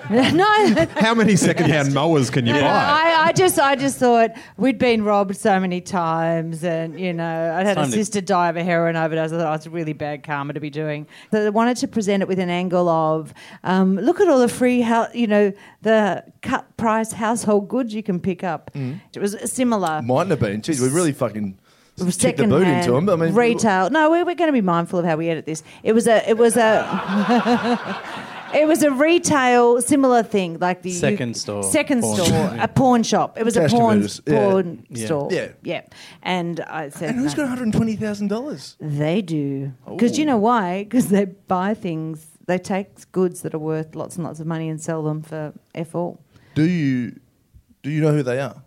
no,
How many secondhand mowers can you buy?
I, I just I just thought we'd been robbed so many times, and you know I'd had a
time to-
sister die of a heroin overdose. I thought oh, it's really bad karma to be doing. So I wanted to present it with an angle of um, look at all the free, hou- you know, the cut price household goods you can pick up.
Mm.
It was similar.
Mightn't have been. Jeez, we really fucking kicked the
Second
boot into him. I mean,
retail. No, we're, we're going to be mindful of how we edit this. It was a, it was a, it was a retail similar thing, like the
Second store.
second
Porn.
store, a pawn shop. It was
Cash
a pawn,
converters, yeah.
pawn
Yeah.
store.
Yeah.
And I said,
And who's
no,
got one hundred twenty thousand dollars?
they do because you know why? Because they buy things, they take goods that are worth lots and lots of money and sell them for f all.
Do you do you know who they are?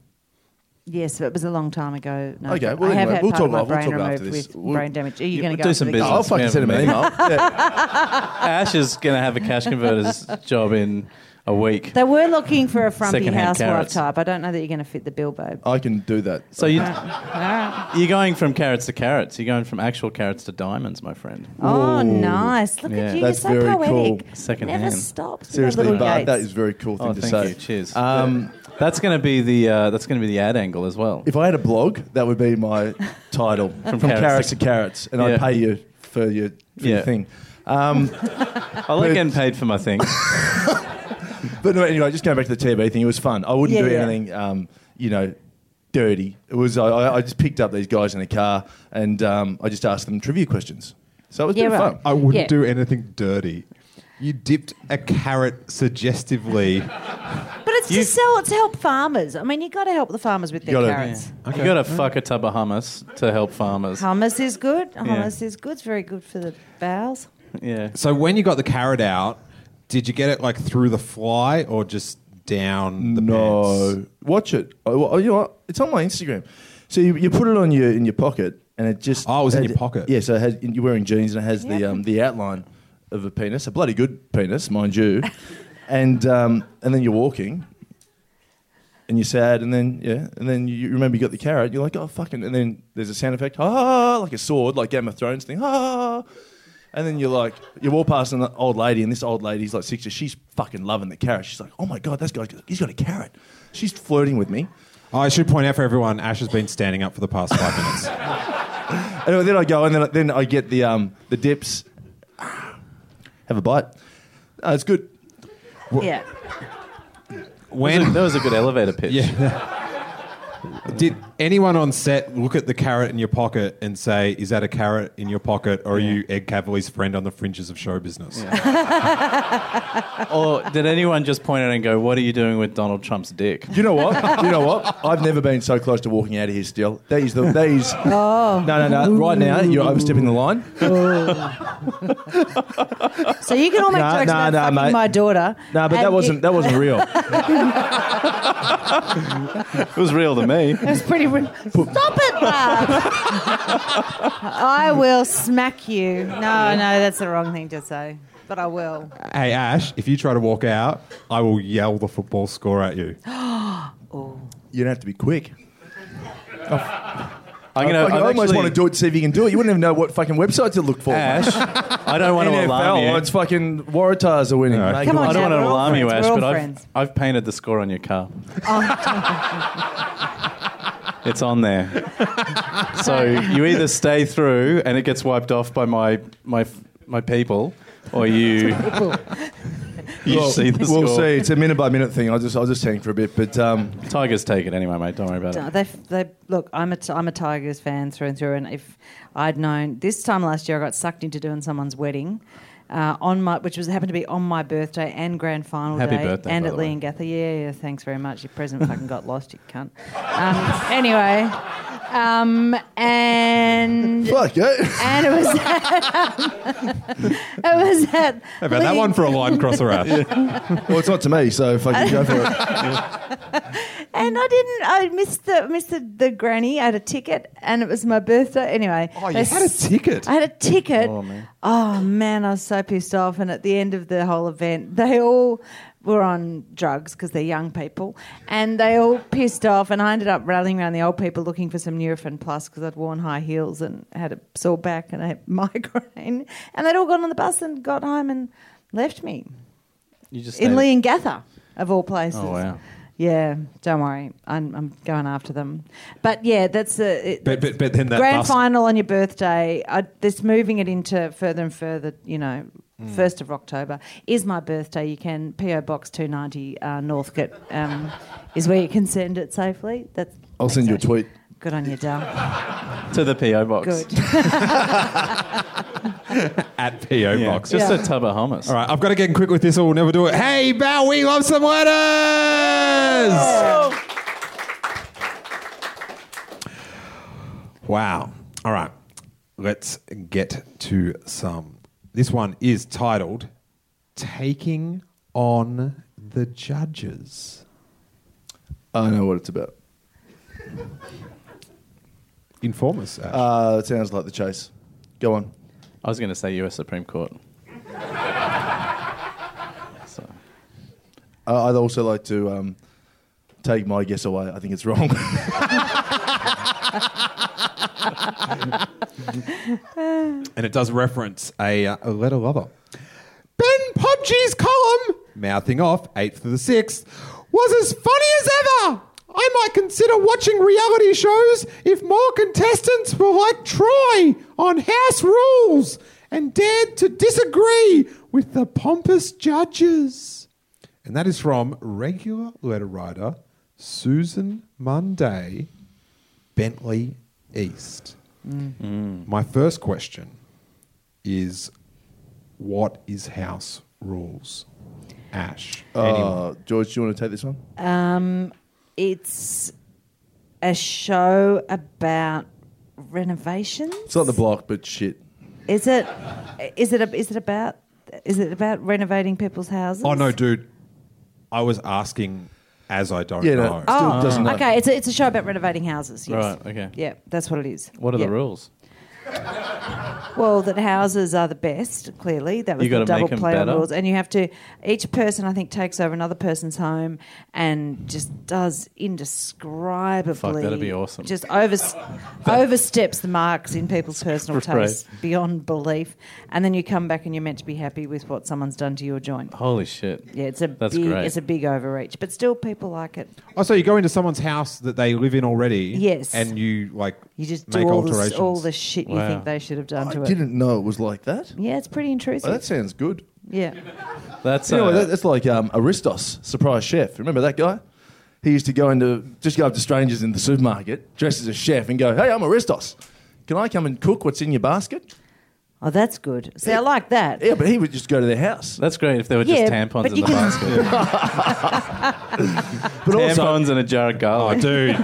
Yes, but it was a long time ago. No,
Okay,
but
well,
I have
anyway,
had
we'll
part of
talk
my
about- we'll
brain
talk about
removed
after this.
with
We'll-
brain damage. Are you
Yeah,
going
we'll
to
do
go
some
into the-
business.
I'll fucking send him an email. Yeah.
Ash is going to have a cash converter's job in a week.
They were looking for a frumpy
Secondhand
housewife
carrots.
type. I don't know that you're going to fit the bill, babe.
I can do that.
So you,
All right.
you're going from carrots to carrots. You're going from actual carrots to diamonds, my friend.
Oh, nice. Look
Yeah.
at you.
That's
you're so
very
poetic.
cool.
Second
Never
hand.
stops. with
Seriously,
those little
Bart,
yates.
that is a very cool thing
Oh,
to
thank
say.
you. Cheers.
Um,
That's going to be the uh, that's going to be the ad angle as well.
If I had a blog, that would be my title from,
carrots
carrots
to-
to carrots, and
Yeah.
I'd pay you for your, for
Yeah.
your thing. Um,
I like getting paid for my thing.
but no, anyway, just going back to the TB thing, it was fun. I wouldn't
Yeah,
do
yeah.
anything, um, you know, dirty. It was I- I, I just picked up these guys in a car, and um, I just asked them trivia questions. So it was
Yeah,
pretty
right.
I wouldn't
Yeah.
do anything dirty. You dipped a carrot suggestively.
But it's to sell, it's to help farmers. I mean, you got to help the farmers with their
gotta-
carrots.
You got to fuck a tub of hummus to help farmers.
Hummus is good. Hummus is good. It's very good for the bowels.
Yeah.
So when you got the carrot out, did you get it like through the fly or just down the
no,
pants?
watch it. Oh, well, you know what? It's on my Instagram. So you, you put it on your in your pocket, and it just
Oh, it was in
had-
your pocket.
Yeah, so it had, you're wearing jeans, and it has the
Yeah.
um, the outline of a penis, a bloody good penis, mind you. and um, and then you're walking, and you're sad, and then yeah, and then you remember you got the carrot. You're like, oh fucking, and then there's a sound effect, ah, like a sword, like Game of Thrones thing, ah. And then you're like, you walk past an old lady, and this old lady's like 60. She's fucking loving the carrot. She's like, oh my God, that guy's got, he's got a carrot. She's flirting with me.
I should point out for everyone, Ash has been standing up for the past five minutes.
And then I go, and then, then I get the, um, the dips. Have a bite. Uh, it's good.
Yeah.
When
That was a good elevator pitch.
did anyone on set look at the carrot in your pocket and say, "Is that a carrot in your pocket, or are you Ed Cavill's friend on the fringes of show business?"
Or did anyone just point out and go, "What are you doing with Donald Trump's dick?"
You know what? You know what? I've never been so close to walking out of here still. That is the. That is.
Oh.
No, no, no. Right now, you're overstepping the line.
So you can all make
Nah,
jokes
nah,
about
nah,
fucking
mate.
my daughter.
No, but
and
that wasn't,
you-
that wasn't real.
It was real to me.
It's pretty. Re- Stop it, Mark. I will smack you. No, no, that's the wrong thing to say. But I will.
Hey Ash, if you try to walk out, I will yell the football score at you.
Oh.
You don't have to be quick.
I'm gonna.
I fucking
I've
almost
actually-
want to do it to see if you can do it. You wouldn't even know what fucking website to look for.
Ash, I don't want to
NFL,
alarm you.
oh, it's fucking Waratahs are winning. Mate,
Come on,
I
Jack,
don't want
we're
to
all
alarm you,
friends,
Ash,
we're all
but I've,
friends.
I've painted the score on your car.
Oh.
it's on there. So you either stay through and it gets wiped off by my my my people, or you you
Well,
see the
we'll
score.
see. It's a minute by minute thing. I'll just I'll just hang for a bit. But um,
Tigers take it anyway, mate. Don't worry about
No,
it.
They, they, look, I'm a, t- I'm a Tigers fan through and through, and if I'd known this time last year, I got sucked into doing someone's wedding. Uh, on my, which was happened to be on my birthday and grand final
Happy
day,
birthday,
and
by
at
the way.
Lee and Gather. Yeah, yeah, thanks very much. Your present fucking got lost, you cunt. Um, anyway, um, and
fuck yeah.
and it was it was at
How about that
Lee-
one for a line crosser, Ash?
well, it's not to me, so fucking go for it.
And I didn't. I missed the missed the, the granny. I had a ticket, and it was my birthday. Anyway,
Oh, you
they
had a
s-
ticket?
I had a ticket.
Oh,
Oh
man.
man. I was so pissed off. And at the end of the whole event, they all were on drugs because they're young people, and they all pissed off. And I ended up rallying around the old people looking for some Nurofen Plus because I'd worn high heels and had a sore back and a migraine. And they'd all gone on the bus and got home and left me.
You just
in
stayed-
Lee and Gather, of all places.
Oh, wow.
Yeah, don't worry. I'm, I'm going after them. But yeah, that's a it,
But, but, but then that
grand
bus-
final on your birthday. I, this moving it into further and further. You know,
Hmm.
first of October is my birthday. You can PO Box two ninety uh, Northcote um, is where you can send it safely. That's
I'll send you a tweet.
Good on you, Dal.
to the PO box.
Good.
at PO
Yeah,
box.
Just
Yeah.
a tub of hummus.
All right, I've got to get in quick with this, or we'll never do it. Hey, Bow, we love some letters. Wow. All right, let's get to some. This one is titled "Taking on the Judges."
I know what it's about.
Inform us. Ash.
Uh, it sounds like the chase. Go on.
I was going to say U.S. Supreme Court. so,
Uh, I'd also like to um, take my guess away. I think it's wrong.
and it does reference a, uh, a letter lover. Ben Podgy's column, mouthing off 8th to the 6th, was as funny as ever. I might consider watching reality shows if more contestants were like Troy on House Rules and dared to disagree with the pompous judges. And that is from regular letter writer Susan Munday, Bentley East.
Mm.
My first question is what is house rules? Ash. anyone?
uh, George, do you want to take this one?
Um, it's a show about renovations.
It's not the block, but shit.
Is it? Is it? A, is it about? Is it about renovating people's houses?
Oh, no, dude. I was asking as I don't
Yeah, no.
know.
Still
Oh,
doesn't know.
okay. It's a, it's a show about renovating houses. Yes.
Right, okay.
Yeah, that's what it is.
what are
Yeah.
the rules?
Well, that houses are the best. Clearly, that was
You
the
gotta
double
make 'em
play on
better.
rules, and you have to. Each person, I think, takes over another person's home and just does indescribably.
Fuck, that'd be awesome.
Just over, oversteps the marks in people's personal
Right.
tastes beyond belief, and then you come back and you're meant to be happy with what someone's done to your joint.
Holy shit.
Yeah, it's a
That's
big,
great.
it's a big overreach, but still, people like it.
Oh, so you go into someone's house that they live in already.
Yes.
And you, like,
You just
make
do all
alterations.
the, all the shit you
Wow.
think they should have done
I
to it.
didn't know it was like that.
Yeah, it's pretty intrusive.
Well, that sounds good.
yeah.
That's
You know,
uh,
that, that's like um, Aristos, surprise chef. Remember that guy? He used to go into just go up to strangers in the supermarket, dressed as a chef, and go, "Hey, I'm Aristos. Can I come and cook what's in your basket?"
Oh, that's good. See, I like that.
Yeah, but he would just go to their house.
that's great if there were
Yeah,
just tampons
but
in
you
the
can-
basket.
But also,
tampons and a jar of
Oh,
garlic.
dude.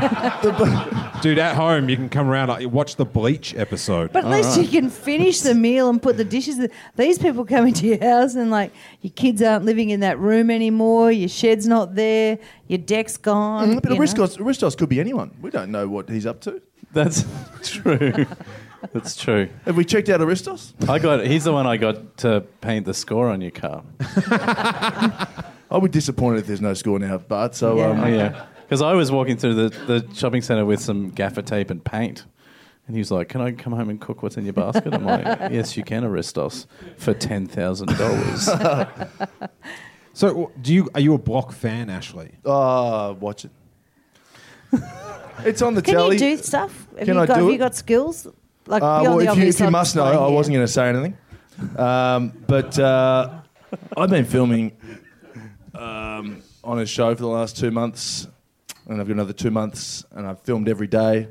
dude, at home, you can come around, like, watch the bleach episode.
But at least you can finish the meal and put the dishes. In. These people come into your house and like your kids aren't living in that room anymore. Your shed's not there. Your deck's gone.
but
you know.
Aristos, Aristos could be anyone. We don't know what he's up to.
That's true. That's true.
Have we checked out Aristos?
I got. He's the one I got to paint the score on your car.
I'll be disappointed if there's no score now, Bart. So
Yeah.
um,
Oh yeah, because I was walking through the, the shopping centre with some gaffer tape and paint, and he was like, "Can I come home and cook what's in your basket?" I'm like, "Yes, you can arrest us for ten thousand dollars."
so, do you are you a Block fan, Ashley?
uh, watch it. it's on the
Can
telly.
you do stuff? Have
Can
you
I
got,
do
have
it?
you got skills? Like
Uh,
beyond
well,
the
if you,
obvious
if you
on
must know,
display
I
here.
wasn't going to say anything. Um, but uh, I've been filming um, on a show for the last two months, and I've got another two months, and I've filmed every day.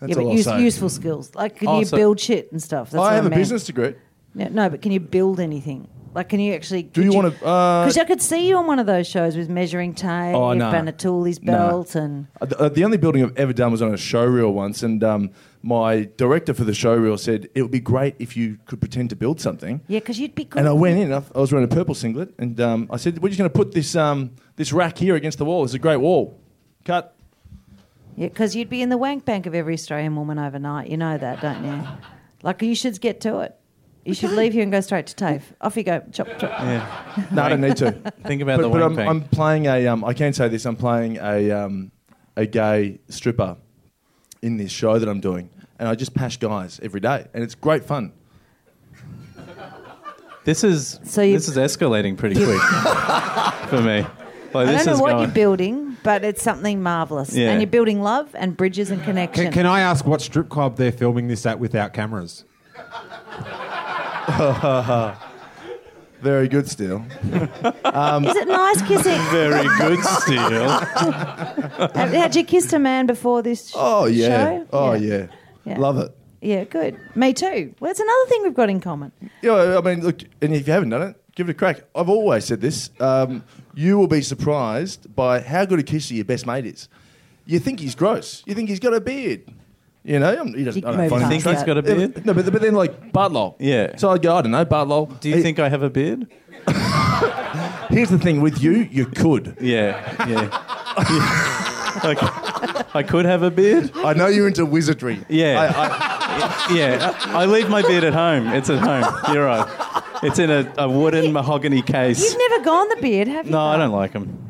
That's
Yeah,
all
but
I'll
use,
say.
useful skills. Like, can
Oh,
you
so-
build shit and stuff? That's what
I have a
meant.
business degree.
No, no, but can you build anything? Like, can you actually?
Do you want to? Uh,
Because I could see you on one of those shows with measuring tape
Oh,
and
nah.
Banatuli's
Nah.
belt and.
Uh, The, uh, the only building I've ever done was on a showreel once, and um, my director for the showreel said it would be great if you could pretend to build something.
Yeah, because you'd be good.
And I went in. I I was wearing a purple singlet, and um, I said, "We're just going to put this um, this rack here against the wall. It's a great wall. Cut."
Yeah, because you'd be in the wank bank of every Australian woman overnight. You know that, don't you? Like, you should get to it. You should leave here and go straight to TAFE. Off you go. Chop, chop.
yeah.
No, I don't need to.
Think about the
but but
one
I'm,
thing.
I'm playing a. Um, I can say this. I'm playing a um, a gay stripper in this show that I'm doing, and I just pash guys every day, and it's great fun.
This is
So you-
this is escalating pretty quick for me. Like,
I
this
don't know
is
what
going-
you're building, but it's something marvelous.
Yeah.
And you're building love and bridges and connection.
Can, can I ask what strip club they're filming this at without cameras?
Very good still.
Is it nice kissing?
Very good, Steele.
Have- Had you kissed a man before this? sh-
Oh yeah.
Show?
Oh
Yeah.
yeah.
Yeah.
Love it.
Yeah, good. Me too. Well, that's another thing we've got in common.
Yeah, I mean, look, and if you haven't done it, give it a crack. I've always said this. Um, you will be surprised by how good a kisser your best mate is. You think he's gross. You think he's got a beard. You know, um, he doesn't. I don't
Maybe
find
You
him
think
How's
he's
that?
got a beard?
No, but, but then like Bartlol.
Yeah.
So I go, I don't know, Bartlol.
Do you
Hey,
think I have a beard?
Here's the thing with you, you could.
Yeah, yeah. like, I could have a beard.
I know you're into wizardry.
Yeah.
I, I,
Yeah, I leave my beard at home. It's at home. You're right. It's in a, a wooden mahogany case.
You've never gone the beard, have you?
No, I don't like them.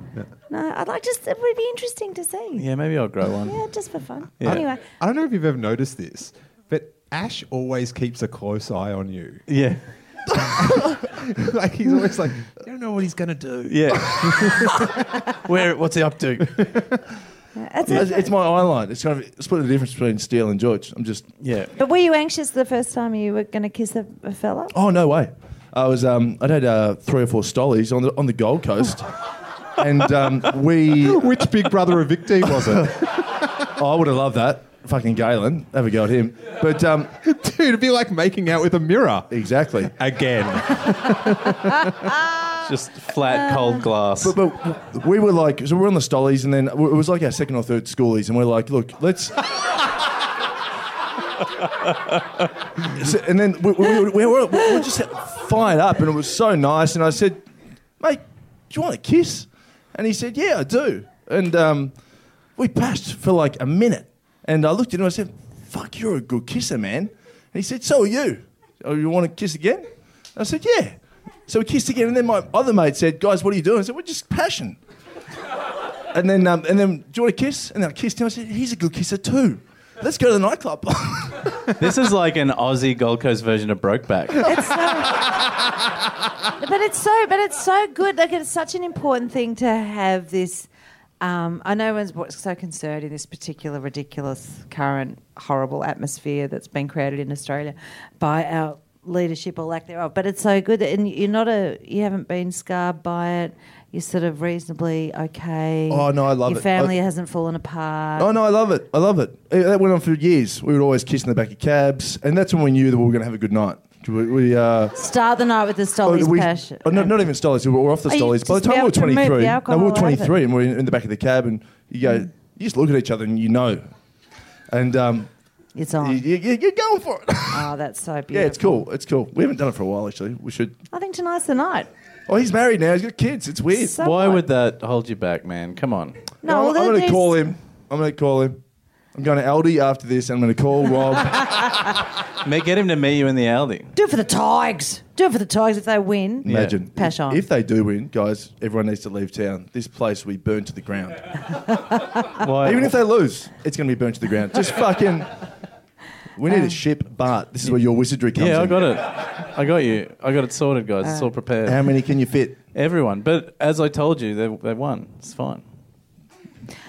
No, I'd like just, it would be interesting to see. Yeah,
Yeah, maybe I'll grow one.
just for fun.
Yeah.
Anyway,
I don't know if you've ever noticed this, but Ash always keeps a close eye on you.
Yeah,
like he's always like, you don't know what he's gonna do.
yeah. Where? What's he up to?
that's
it's,
it.
it's my eye line. It's kind of it's split the difference between Steele and George. I'm just.
Yeah.
But were you anxious the first time you were going to kiss a, a fella?
Oh no way! I was um, I'd had uh, three or four stollies on the on the Gold Coast, and um, we
Which Big Brother evictee was it?
Oh, I would have loved that. Fucking Galen. Have a go at him. But um,
Dude, it'd be like making out with a mirror
exactly.
again.
Just flat cold glass.
But, but we were like, so we're on the Stollies, and then it was like our second or third schoolies, and we're like, look, let's. So- and then we, we, we, we, were, we were just fired up, and it was so nice. And I said, mate, do you want a kiss? And he said, yeah, I do. And um, we passed for like a minute, and I looked at him and I said, fuck, you're a good kisser, man. And he said, so are you. Oh, you want to kiss again? I said, yeah. So we kissed again, and then my other mate said, guys, what are you doing? I said, we're just passion. And then, um, and then, do you want a kiss? And then I kissed him. I said, he's a good kisser too. Let's go to the nightclub.
This is like an Aussie Gold Coast version of Brokeback.
It's so, but it's so, but it's so good. Like it's such an important thing to have this. Um, I know everyone's so concerned in this particular ridiculous, current, horrible atmosphere that's been created in Australia by our leadership or lack thereof. But it's so good, that- and you're not a, you haven't been scarred by it. You're sort of reasonably okay.
Oh, no, I love
Your
it.
family
I-
hasn't fallen apart.
Oh no, I love it. I love it. Eh, That went on for years. We would always kiss in the back of cabs, and that's when we knew that we were going to have a good night. We, we, uh,
Start the night with the Stolly's
we-
passion.
oh, no, not even Stollies. We were off the
Oh, you
Stollies. By the
just be
time we were
able to remove
23,
the
no, we
alcohol Mm.
were
out of it.
23, and we we're in the back of the cab, and you go, you just look at each other, and you know, and um,
It's
you,
on.
you, you- you're going for it.
Oh, that's so beautiful.
yeah, it's cool. It's cool. We haven't done it for a while, actually. We should.
I think tonight's the night.
Oh, he's married now. He's got kids. It's weird.
So
Why
what?
would that hold you back, man? Come on.
No,
I'm,
well,
I'm going
there's-
to call him. I'm going to call him. I'm going to Aldi after this. and I'm going to call Rob.
Mate, Get him to meet you in the Aldi.
Do it for the Tigers. Do it for the Tigers if they win.
Imagine.
Pass on.
If they do win, guys, everyone needs to leave town. This place will be burned to the ground.
Why?
Even if they lose, it's going to be burned to the ground. Just fucking. We need a ship, Bart. This is where your wizardry comes
Um, yeah, I
in.
got it. I got you. I got it sorted, guys. It's all prepared.
How many can you fit?
Everyone. But as I told you, they, they won. It's fine.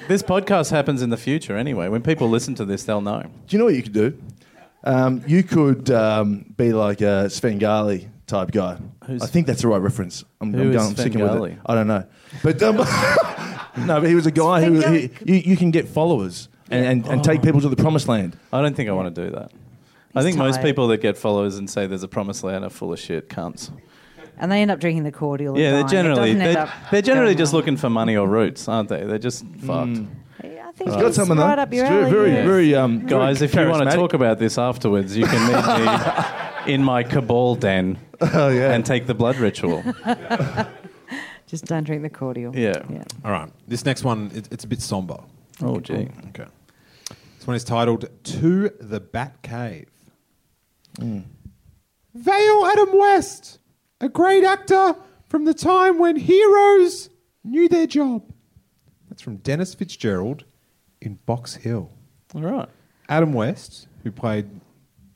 This podcast happens in the future anyway. When people listen to this, they'll know.
Do you know what you could do? Um, you could um, be like a Svengali type guy.
Who's-
I think that's the right reference. I'm,
Who
I'm,
is
going, I'm sticking with
Svengali?
it. I don't know, but um, no, but he was a guy who
Svengali.
he, you, you can get followers and, and, and
Oh.
take people to the promised land.
I don't think I want to do that. I
He's
think most
tired.
people that get followers and say there's a promised land are full of shit cunts.
and they end up drinking the cordial. and
Yeah, they're
dying. It
generally
doesn't end
they're,
up
they're generally
going
just
well.
looking for money or roots, aren't they? They're just
Hmm.
fucked.
Yeah, I think
He's got
it's
something
right
though.
up your
It's very,
alley.
very,
yeah.
very um, very
Guys, if you want
charismatic.
to talk about this afterwards, you can meet me in my cabal den
oh yeah,
and take the blood ritual.
Just don't drink the cordial.
Yeah.
All right, this next one it, it's a bit somber.
Oh, gee.
Okay, this one is titled "To the Bat Cave."
Mm.
Vale Adam West, a great actor from the time when heroes knew their job. That's from Dennis Fitzgerald in Box Hill.
All right.
Adam West, who played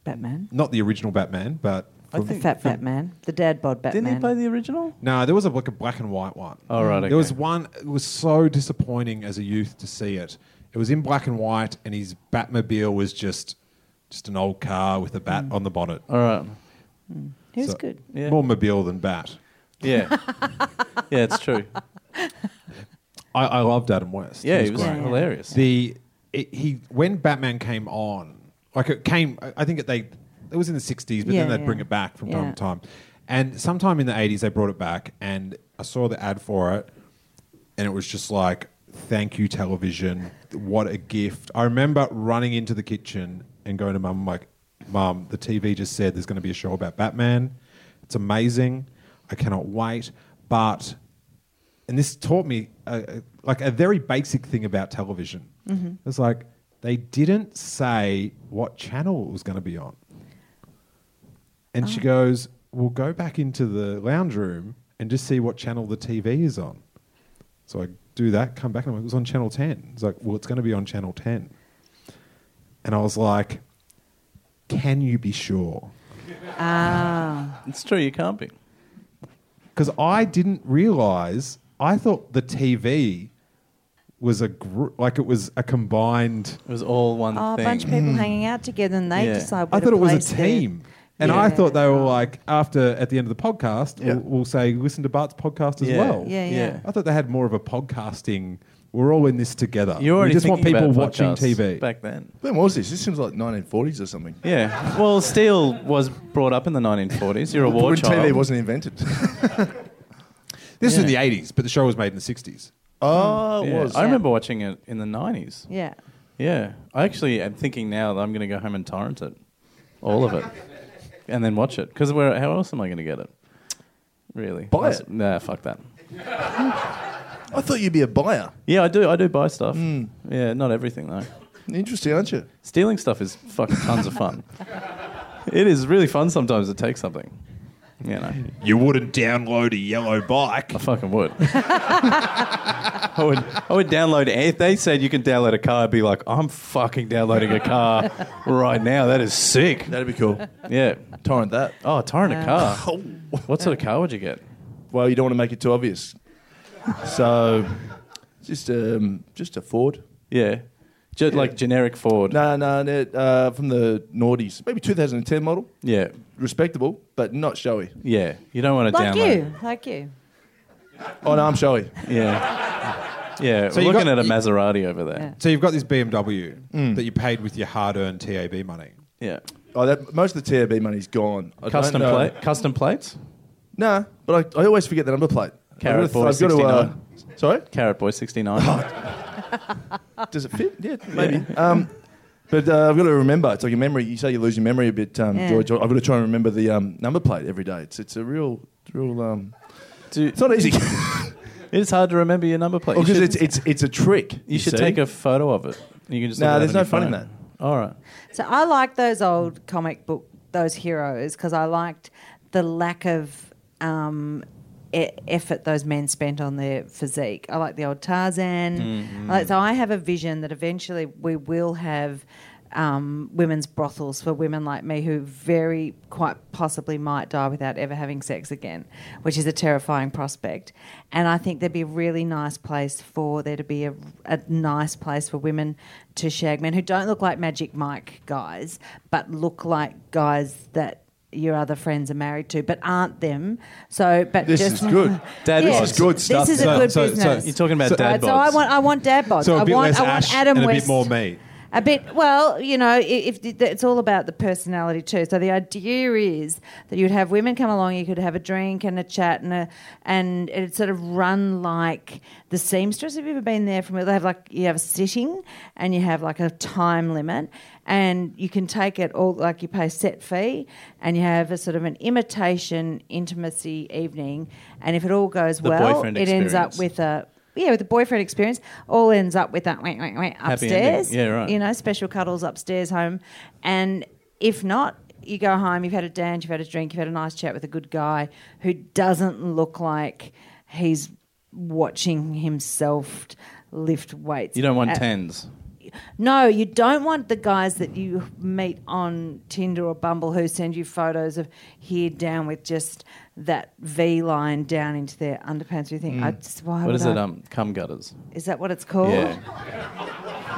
Batman.
not the original Batman, but
The fat Batman, the dad bod Batman.
Didn't he play the original?
No, there was a, like a black and white one.
Oh, right, okay.
There was one. It was so disappointing as a youth to see it. It was in black and white, and his Batmobile was just just an old car with a bat
Mm.
on the bonnet.
All right.
He was
So-
good.
Yeah.
More mobile than bat.
Yeah. yeah, it's true.
I, I loved Adam West.
Yeah, he was
great.
hilarious.
The it, he when Batman came on, like it came. I- I think it, they it was in the '60s, but
Yeah,
then they'd
yeah.
bring it back from time
Yeah.
to time. And sometime in the '80s, they brought it back, and I saw the ad for it, and it was just like, "Thank you, television! What a gift!" I remember running into the kitchen and going to mum like, "Mum, the TV just said there's going to be a show about Batman. It's amazing. I cannot wait." But and this taught me uh, uh, like a very basic thing about television.
Mm-hmm.
It's like they didn't say what channel it was going to be on. And
Oh.
she goes, "We'll go back into the lounge room and just see what channel the TV is on." So I do that, come back, and I'm like, "It was on channel 10." It's like, "Well, it's going to be on channel 10." And I was like, "Can you be sure?"
It's true, you can't be.
because I didn't realize. I thought the TV was a gr- like it was a combined.
It was all one
Oh,
thing.
a bunch of people hanging out together, and they
Mm. Yeah.
decide.
I
where to
thought it was
place
a
their-
team, and I
Yeah. Oh.
thought they were like after at the end of the podcast,
Yeah.
we'll, we'll say listen to Bart's podcast as
Yeah.
well.
Yeah, yeah.
Yeah.
I thought they had more of a podcasting. We're all in this together.
You already
we just want
thinking
people
about
watching
podcasts
TV.
back then.
When was this? This seems like 1940s or something.
Yeah. Well, Steele was brought up in the 1940s. You're a war
When
child.
TV wasn't invented.
This is in the '80s, but the show was made in the '60s.
oh, it
Yeah.
was.
I remember watching it in the 90s.
Yeah.
Yeah. I actually am thinking now that I'm going to go home and torrent it. All of it. and then watch it. Because how else am I going to get it? Really?
Buy
That's-
it.
Nah, fuck that.
I thought you'd be a buyer.
Yeah, I do. I do buy stuff.
Mm.
Yeah, not everything, though.
Interesting, aren't you?
Stealing stuff is fucking tons of fun. It is really fun sometimes to take something. You know,
You wouldn't download a yellow bike.
I fucking would. I would. I would download. If they said you can download a car, I'd be like, I'm fucking downloading a car right now. That is sick.
That'd be cool. Uh,
Yeah.
Torrent that. Oh.
Oh, torrent a
Wow.
car. What sort of car would you get?
Well, you don't want to make it too obvious. So, just um, just a Ford.
Yeah. Ge- Like generic Ford.
No, no, no uh, from the noughties. Maybe 2010 model.
Yeah.
Respectable, but not showy.
Yeah. You don't want to
Like
download.
you, like you.
Oh, no, I'm showy.
Yeah. Yeah.
you
We're looking
got-
at a Maserati over there.
So you've got this BMW
Mm.
that you paid with your hard-earned TAB money.
Yeah.
Oh, that, most of the TAB money's gone. I don't
Custom
know.
plate. Custom plates.
Nah, but I, I always forget the number plate.
Carrot
I've
boy
got to- I've got to, uh, sorry?
Carrot Boy
Oh,
69.
Does it fit? Yeah, maybe. Um, but uh, I've got to remember. It's like your memory. You say you lose your memory a bit, um,
Yeah.
George. I've got to try and remember the um, number plate every day. It's it's a real, real. Um,
Do,
it's not easy
it's hard to remember your number plate. You
because
should,
it's it's it's a trick.
you should
see?
take a photo of it. You can just.
Nah,
look it
there's
up on
no fun in
your phone. All right.
So I like those old comic book, those heroes, because I liked the lack of um, e- effort those men spent on their physique. I like the old Tarzan. I like- so I have a vision that eventually we will have. Um, women's brothels for women like me who very quite possibly might die without ever having sex again, which is a terrifying prospect. And I think there'd be a really nice place for there to be a, a nice place for women to shag men who don't look like Magic Mike guys, but look like guys that your other friends are married to, but aren't them. So, but
This
just
is good.
Dad
Yeah.
bods.
is good stuff.
This is
So-
a good
so- so
business.
You're talking about dad
Right,
bods.
so I want, I want dad bods.
So a
I
bit
want,
less
I want
Ash
Adam
and a bit
West.
more me.
A bit, well, you know, i- if the- it's all about the personality too. So the idea is that you'd have women come along, you could have a drink and a chat, and a, and it'd sort of run like the seamstress. Have you ever been there? From they have like you have a sitting, and you have like a time limit, and you can take it all like you pay set fee, and you have a sort of an imitation intimacy evening, and if it all goes well, it
boyfriend
ends up
experience.
with a yeah, with a boyfriend experience, all ends up with that wah, wah, wah, upstairs.
ending. Yeah, right.
You know, special cuddles upstairs home. And if not, you go home, you've had a dance, you've had a drink, you've had a nice chat with a good guy who doesn't look like he's watching himself lift weights.
You don't want
at-
tens.
no, you don't want the guys that you meet on Tinder or Bumble who send you photos of here down with just that V line down into their underpants. You think, I just,
Mm.
why
What
would
is
I- Oh.
it? Um, cum gutters.
is that what it's called?
Yeah.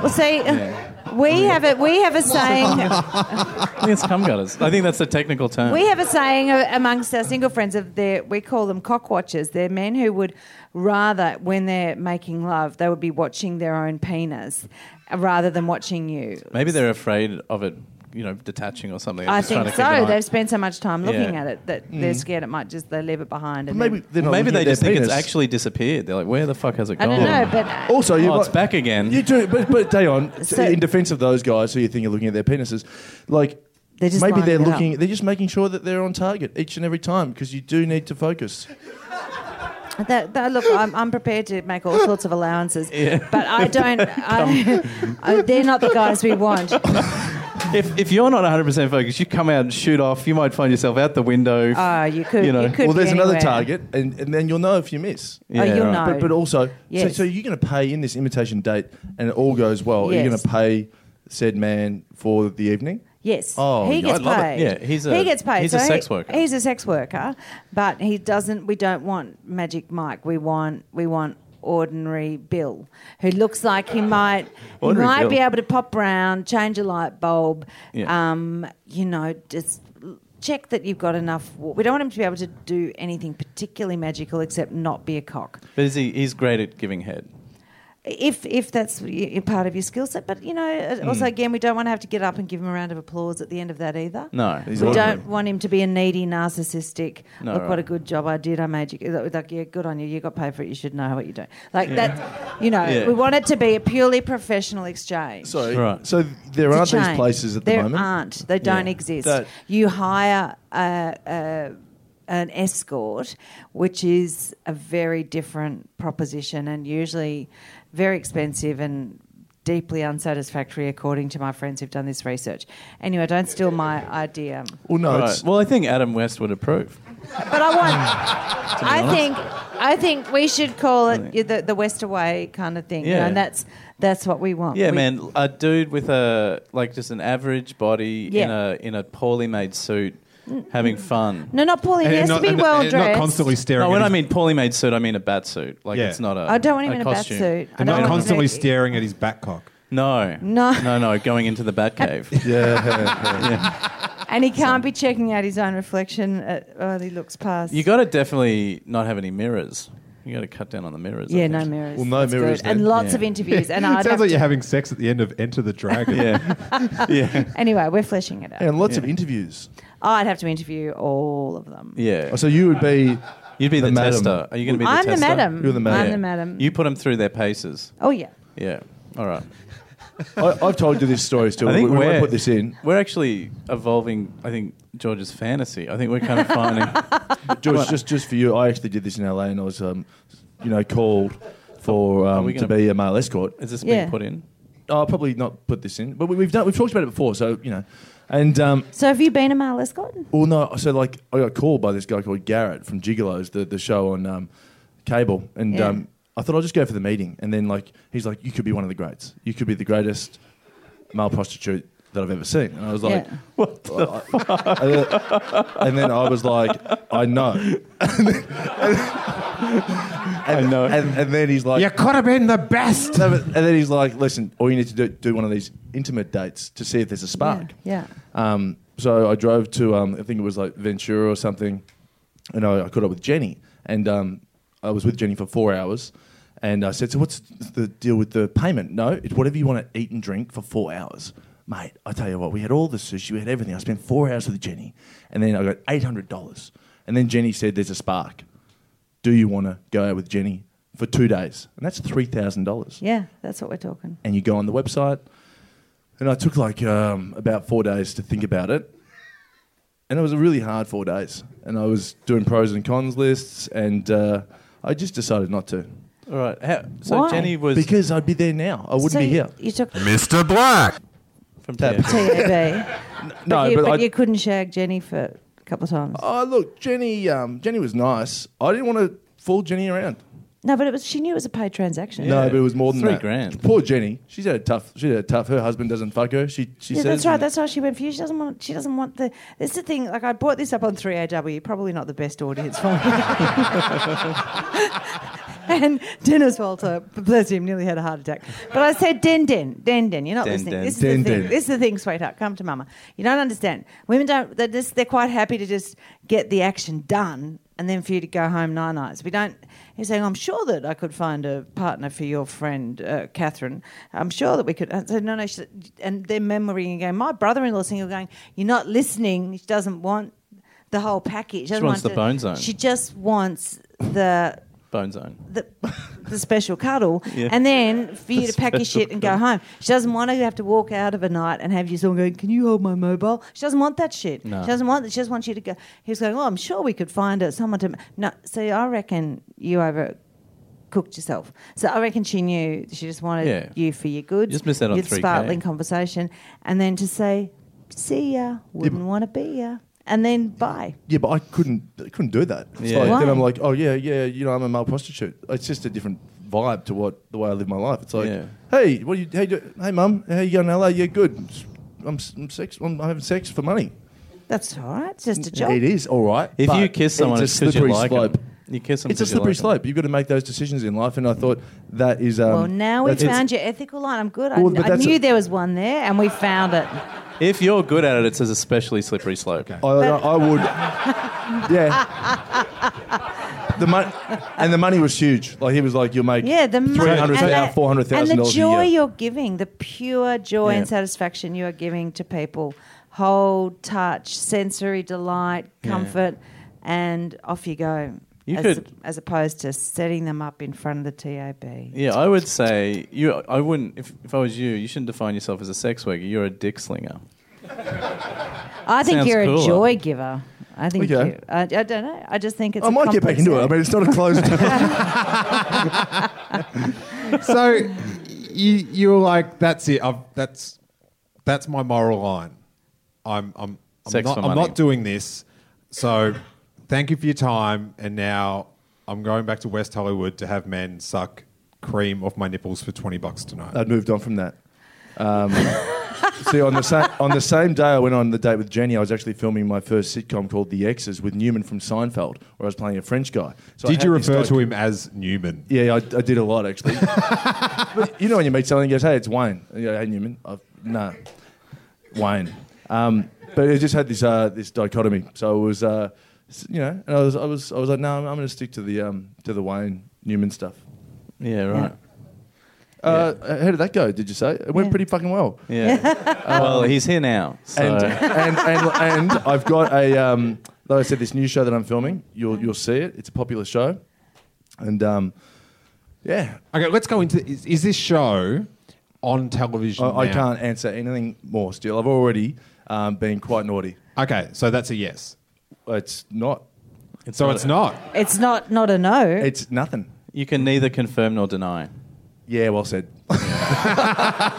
Well, see, uh, we have a we have a saying.
I think it's cum gutters. I think that's the technical term.
We have a saying a- amongst our single friends of their, we call them cockwatchers. They're men who would rather, when they're making love, they would be watching their own penis uh, rather than watching you.
Maybe they're afraid of it, you know, detaching or something. They're
I
just trying
think
to keep an
so.
eye-
They've spent so much time looking
Yeah. Mm.
at it that they're scared it might just they leave it behind. And
Maybe
then-
they're not
Maybe
looking
they
at their
just think it's
penis.
actually disappeared. They're like, where the fuck has it
I
gone?
don't know, but uh,
Also, you
Oh, it's
might-
back again.
You do, but but Dayon,
So-
in defence of those guys who you think are looking at their penises, like
They're just
maybe
lining
they're
it up.
looking, they're just making sure that they're on target each and every time because you do need to focus.
That, that- look, I'm, I'm prepared to make all sorts of allowances, but I don't. I, I, they're not the guys we want. Oh,
If, if you're not 100% focused, you come out and shoot off, you might find yourself out the window.
Oh, you could.
You
You
know.
could
well, there's
be
another
anywhere.
target, and, and then you'll know if you miss.
oh,
Yeah,
you'll
right.
know.
But, but also,
Yes.
so, so you're going to pay in this invitation date, and it all goes well. Are you going
Yes.
to pay said man for the evening?
Yes.
Oh,
he
yeah,
gets
I love
paid.
it.
Yeah, he's a-
he gets paid.
he's a
So he-
sex worker.
He's a sex worker, but he doesn't. We don't want Magic Mike. We want we want ordinary Bill, who looks like he might he
Ordinary
might
Bill.
be able to pop round, change a light bulb.
Yeah.
Um, you know, just l- check that you've got enough. wa- We don't want him to be able to do anything particularly magical except not be a cock
But is he, he's great at giving head.
if if that's y- y- part of your skill set. But you know,
Hmm.
uh, also again, we don't want to have to get up and give him a round of applause at the end of that either.
No.
we
He's
don't want him to be a needy, narcissistic.
No,
Look what a
right.
good job I did. I made you uh, like yeah, good on you. You got paid for it. You should know what you're doing. Like that, you know.
Yeah.
We want it to be a purely professional exchange.
So,
Right.
so there
It's a
aren't these
change.
places at the
there
moment.
aren't. They don't
Yeah.
exist.
That-
you hire a, a, an escort, which is a very different proposition and usually very expensive and deeply unsatisfactory, according to my friends who've done this research. Anyway, don't steal my idea.
Well, no,
Right.
it's,
Well, I think Adam West would approve.
But I want. I think. I think we should call it the, the West Away kind of thing, you know,
Yeah.
and that's that's what we want.
Yeah,
We-
man, a dude with a like just an average body
Yeah. Mm-hmm.
in a in a poorly made suit, having fun.
No, not Pauline. He has to be
and
well
and not
dressed.
constantly staring.
No, when
at
I
his,
mean poorly made suit, I mean a bat suit. Like
Yeah.
it's not a.
I don't want him in a bat
costume.
suit. I
and
don't
not
want him
constantly
to-
staring at his back cock.
No,
No.
no, no. Going into the bat cave.
And he can't be checking out his own reflection at, while he looks past.
you got to definitely not have any mirrors. You got to cut down on the mirrors. I
yeah,
think.
no mirrors.
Well, no
That's
mirrors
good. and
then.
lots
Yeah.
of interviews. And I'd
it
have
sounds like
to-
you're having sex at the end of Enter the Dragon.
Yeah, yeah,
anyway, we're fleshing it out.
and lots of interviews.
I'd have to interview all of them.
yeah.
Oh, So you would be
You'd be the,
The madam.
tester. Are you going to be the
I'm the
tester?
madam.
You're the madam.
I'm
Yeah.
the madam.
You put them through their paces.
oh yeah.
Yeah. All right.
I, I've told you this story still.
I think
we, we
we're-
won't put this in.
We're actually evolving. I think George's fantasy. I think we're kind of finding.
George, just just for you, I actually did this in LA, and I was, um, you know, called for um,
we
to
gonna-
be a male escort.
Is this
Yeah.
being put in?
I'll probably not put this in, but we, we've done we've talked about it before, so you know, and um,
So have you been a male escort?
well, no, so like I got called by this guy called Garrett from Gigolos, the the show on um, cable, and
Yeah.
um, I thought I'll just go for the meeting, and then like he's like, you could be one of the greats, you could be the greatest male prostitute that I've ever seen, and I was like.
yeah.
And then, and then I was like, I know. and, I know. And, and then he's like,
You could have been the best.
No, but- and then he's like, listen, all you need to do do one of these intimate dates to see if there's a spark.
Yeah.
Um, so I drove to, um, I think it was like Ventura or something, and I, I caught up with Jenny, and um, I was with Jenny for four hours, and I said, so what's the deal with the payment? No, it's whatever you want to eat and drink for four hours. Mate, I tell you what, we had all the sushi, we had everything. I spent four hours with Jenny, and then I got eight hundred dollars. And then Jenny said, "There's a spark. Do you want to go out with Jenny for two days?" And that's three thousand dollars
Yeah. That's what we're talking.
and you go on the website. And I took like um, about four days to think about it. And it was a really hard four days. And I was doing pros and cons lists, and uh, I just decided not to.
All right. How, so
Why?
Jenny was
Because I'd be there now. I wouldn't
so
be
you-
here.
You, took TAB.
Mr. Black.
from
Tap.
TAB.
but, you,
but
but
I- Uh,
you couldn't shag Jenny for a couple of times.
Oh, look, Jenny, um, Jenny was nice. I didn't want to fool Jenny around.
No, but it was. She knew it was a paid transaction.
No, but it was more than
Three
that.
grand.
Poor Jenny. She's had a tough. She had a tough. Her husband doesn't fuck her. She she
Yeah,
says.
that's right. That's why she went for you. She doesn't want. She doesn't want the. That's the thing. Like I brought this up on 3AW. Probably not the best audience for me. and Dennis Walter, bless him, nearly had a heart attack. But I said, Den Den, Den Den. You're not
Den,
listening.
den.
This is
Den,
the thing.
den.
This is the thing, sweetheart. Come to Mama. You don't understand. Women don't. They're just. They're quite happy to just get the action done. And then for you to go home nine nights. We don't. He's saying, I'm sure that I could find a partner for your friend, uh, Catherine. I'm sure that we could. I said, no, no. She, said- and then memory again. My brother in law's single going, You're not listening. She doesn't want the whole package. She, doesn't
wants
want
the bone zone.
She just wants the
Bone zone.
the, the special cuddle,
Yeah.
and then for you
The
to pack your
special
shit and go
cuddle.
home. She doesn't want to have to walk out of a night and have you someone going, "Can you hold my mobile?" She doesn't want that shit.
No.
She doesn't want. that. She just wants you to go. He was going, "Oh, I'm sure we could find it, someone to." ma-" No, see, I reckon you overcooked yourself. So I reckon she knew she just wanted
Yeah.
you for your goods.
You just missed out on
your
3K.
sparkling conversation, and then to say, "See ya," wouldn't want to be ya, and then bye.
yeah, but I couldn't. I couldn't do that. It's
Yeah.
like, then
Why?
I'm like, oh yeah, yeah. You know, I'm a male prostitute. It's just a different vibe to what the way I live my life. It's like,
Yeah.
hey, what are you? Hey, do, hey, mum, how you going in LA? Yeah, good. I'm, I'm sex. I'm having sex for money.
That's all right. It's just a job.
It is all right.
If
but
you kiss someone, it's
it's a
because you
slippery
like
slope.
them. You kiss them.
It's a
'cause you
slippery
like 'em.
slope. You've got to make those decisions in life, and I thought that is. Um,
well, now we
that's- it's-
found your ethical line. I'm good.
Well, but
I, I
that's
knew
a-
there was one there, and we found it.
If you're good at it, it's an especially slippery slope.
I, I, I would. yeah. The money, and the money was huge. Like he was like, "You'll make
Yeah, the money
three hundred
and
thousand,
the-
four hundred thousand
And the
dollars a
joy
year."
you're giving, the pure joy
Yeah.
and satisfaction you are giving to people, hold, touch, sensory delight, comfort, and off you go.
You
as,
could-
as opposed to setting them up in front of the TAB.
Yeah, I would say you. I wouldn't. If, if I was you, you shouldn't define yourself as a sex worker. You're a dick slinger.
I think
Sounds
you're
cooler.
a joy giver. I think
Okay.
you. I, I don't know. I just think it's.
I
a
might get back
complex
into it. I
act.
mean, it's not a closed.
so you you were like, that's it. I've, that's that's my moral line. I'm I'm I'm,
Sex
not,
for
I'm
money.
not doing this. So thank you for your time. And now I'm going back to West Hollywood to have men suck cream off my nipples for twenty bucks tonight.
I'd moved on from that. Um, see, on the same on the same day I went on the date with Jenny, I was actually filming my first sitcom called The Exes with Newman from Seinfeld, where I was playing a French guy. So I
Did
had
you
this,
refer
like-
to him as Newman?
Yeah, I, I did a lot actually. but you know when you meet someone, and you goes, "Hey, it's Wayne." And you go, "Hey, Newman." I've, nah, Wayne. Um, but it just had this uh, this dichotomy. So it was, uh, s- you know, and I was I was I was like, "No, I'm, I'm going to stick to the um, to the Wayne Newman stuff."
Yeah, right.
Uh, How did that go? Did you say it went
Yeah.
pretty fucking well?
Yeah. well, he's here now. So.
And, and, and, and I've got a, um, like I said, this new show that I'm filming. You'll, you'll see it. It's a popular show. And um, yeah,
Okay, let's go into is, is this show on television?
I, I
now?
can't answer anything more still. I've already um, been quite naughty.
Okay, so that's a yes.
It's not.
so it's not.
It's not not a no.
It's nothing.
you can neither confirm nor deny.
Yeah, well said.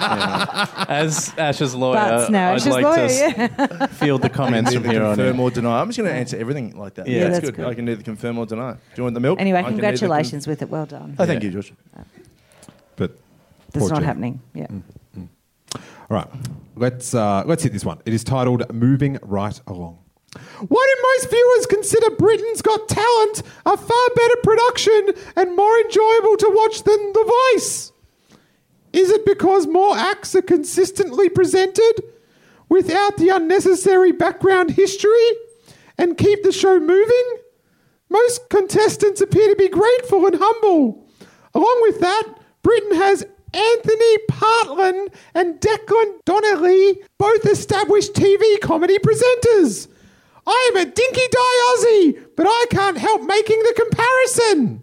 As Ash's lawyer,
Butts now,
I'd
Ash's
like
lawyer,
to s- field the comments from
Neither
here on
confirm
in.
or deny. I'm just going to answer everything like that.
Yeah,
that's
it's
good.
I can neither confirm or deny. Do you want the milk? I
anyway,
can neither
congratulations with it. Well
con-
done.
oh, thank you, George.
But
That's
poor
not
Jeff.
happening. Yeah.
All right, let's uh, let's hit this one. It is titled "Moving Right Along." Why do most viewers consider Britain's Got Talent a far better production and more enjoyable to watch than The Voice? Is it because more acts are consistently presented without the unnecessary background history and keep the show moving? Most contestants appear to be grateful and humble. Along with that, Britain has Anthony Partlin and Declan Donnelly, both established TV comedy presenters. I am a dinky die Aussie, but I can't help making the comparison.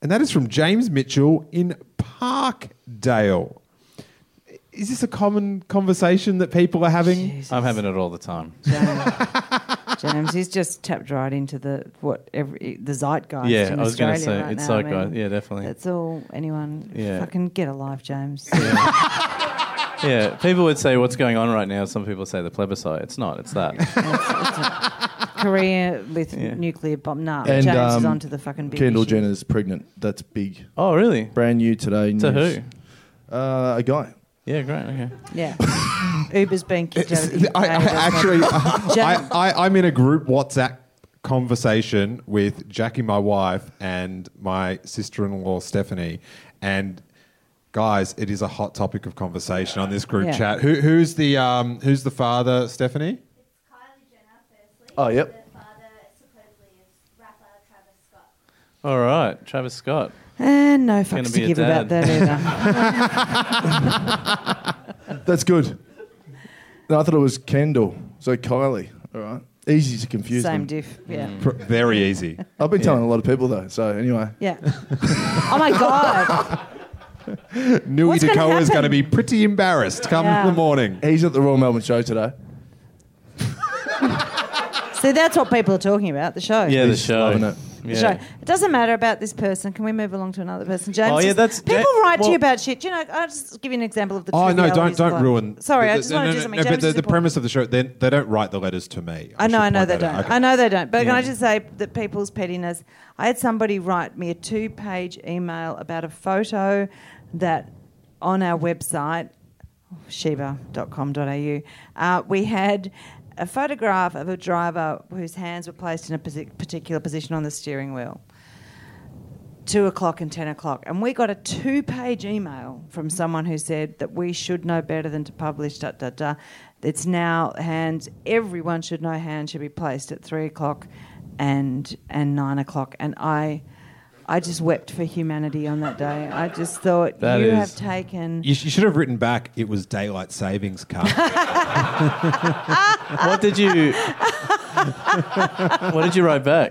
And that is from James Mitchell in Parkdale. Is this a common conversation that people are having?
I'm having it all the time. Mm.
James, he's just tapped right into the what every the zeitgeist.
Yeah,
in
I was
going
gonna
to
say, it's zeitgeist. Yeah, definitely.
That's all anyone.
Yeah.
fucking get a life, James.
Yeah, people would say, "What's going on right now?" Some people say the plebiscite. It's not. It's that.
Korea with
Yeah.
nuclear bomb. Nah,
And,
James is
um,
onto the fucking big
Kendall
issue.
Jenner's pregnant. That's big.
Oh, really?
Brand new today.
To
news.
who?
Uh, a guy.
Yeah, great. Okay.
Yeah. Uber's been kicked out of the
I, I-
UK.
actually, I,
Jan-
I, I'm in a group WhatsApp conversation with Jackie, my wife, and my sister-in-law Stephanie, and guys, it is a hot topic of conversation on this group
Yeah.
chat. Who, who's the um, who's the father, Stephanie?
Kylie Jenner, firstly.
Oh, yep.
The father, supposedly, is rapper Travis Scott.
All right, Travis Scott.
And no
Gonna
fucks
be
to
a
give about
dad.
that either.
That's good. No, I thought it was Kendall. So Kylie. All right. Easy to confuse.
Same
them.
diff. Yeah.
Mm.
Pr- Very easy.
I've been telling a lot of people though. So anyway.
Yeah. oh my God.
Nui
What's gonna
Dakoa is
happen?
going to be pretty embarrassed come
Yeah.
the morning.
He's at the Royal Melbourne Show today.
See, that's what people are talking about the show.
Yeah, the
He's
show.
loving it.
The
Yeah.
show. It doesn't matter about this person. Can we move along to another person? James.
Oh, yeah,
is-
that's-
people
Ja-
write to
well-
you about shit. Do you know, I'll just give you an example of the.
Oh no! Don't
trivialities of
don't
life.
ruin.
Sorry,
the, the-
I just want
no,
to do
no,
something.
no,
James
but the,
is
the
important.
premise of the show, they, they don't write the letters to me.
I know,
should
I know
point
they
that out.
don't.
Okay.
I know they don't. But can I
Yeah.
just say that people's pettiness? I had somebody write me a two-page email about a photo that on our website, sheba.com.au, uh, we had a photograph of a driver whose hands were placed in a posi- particular position on the steering wheel two o'clock and ten o'clock, and we got a two-page email from someone who said that we should know better than to publish. Da da da. It's now hands. Everyone should know hands should be placed at three o'clock, and and nine o'clock. And I, I just wept for humanity on that day. I just thought
That
you
is-
have taken.
You, sh- you should have written back. It was daylight savings, cut.
What did you? what did you write back?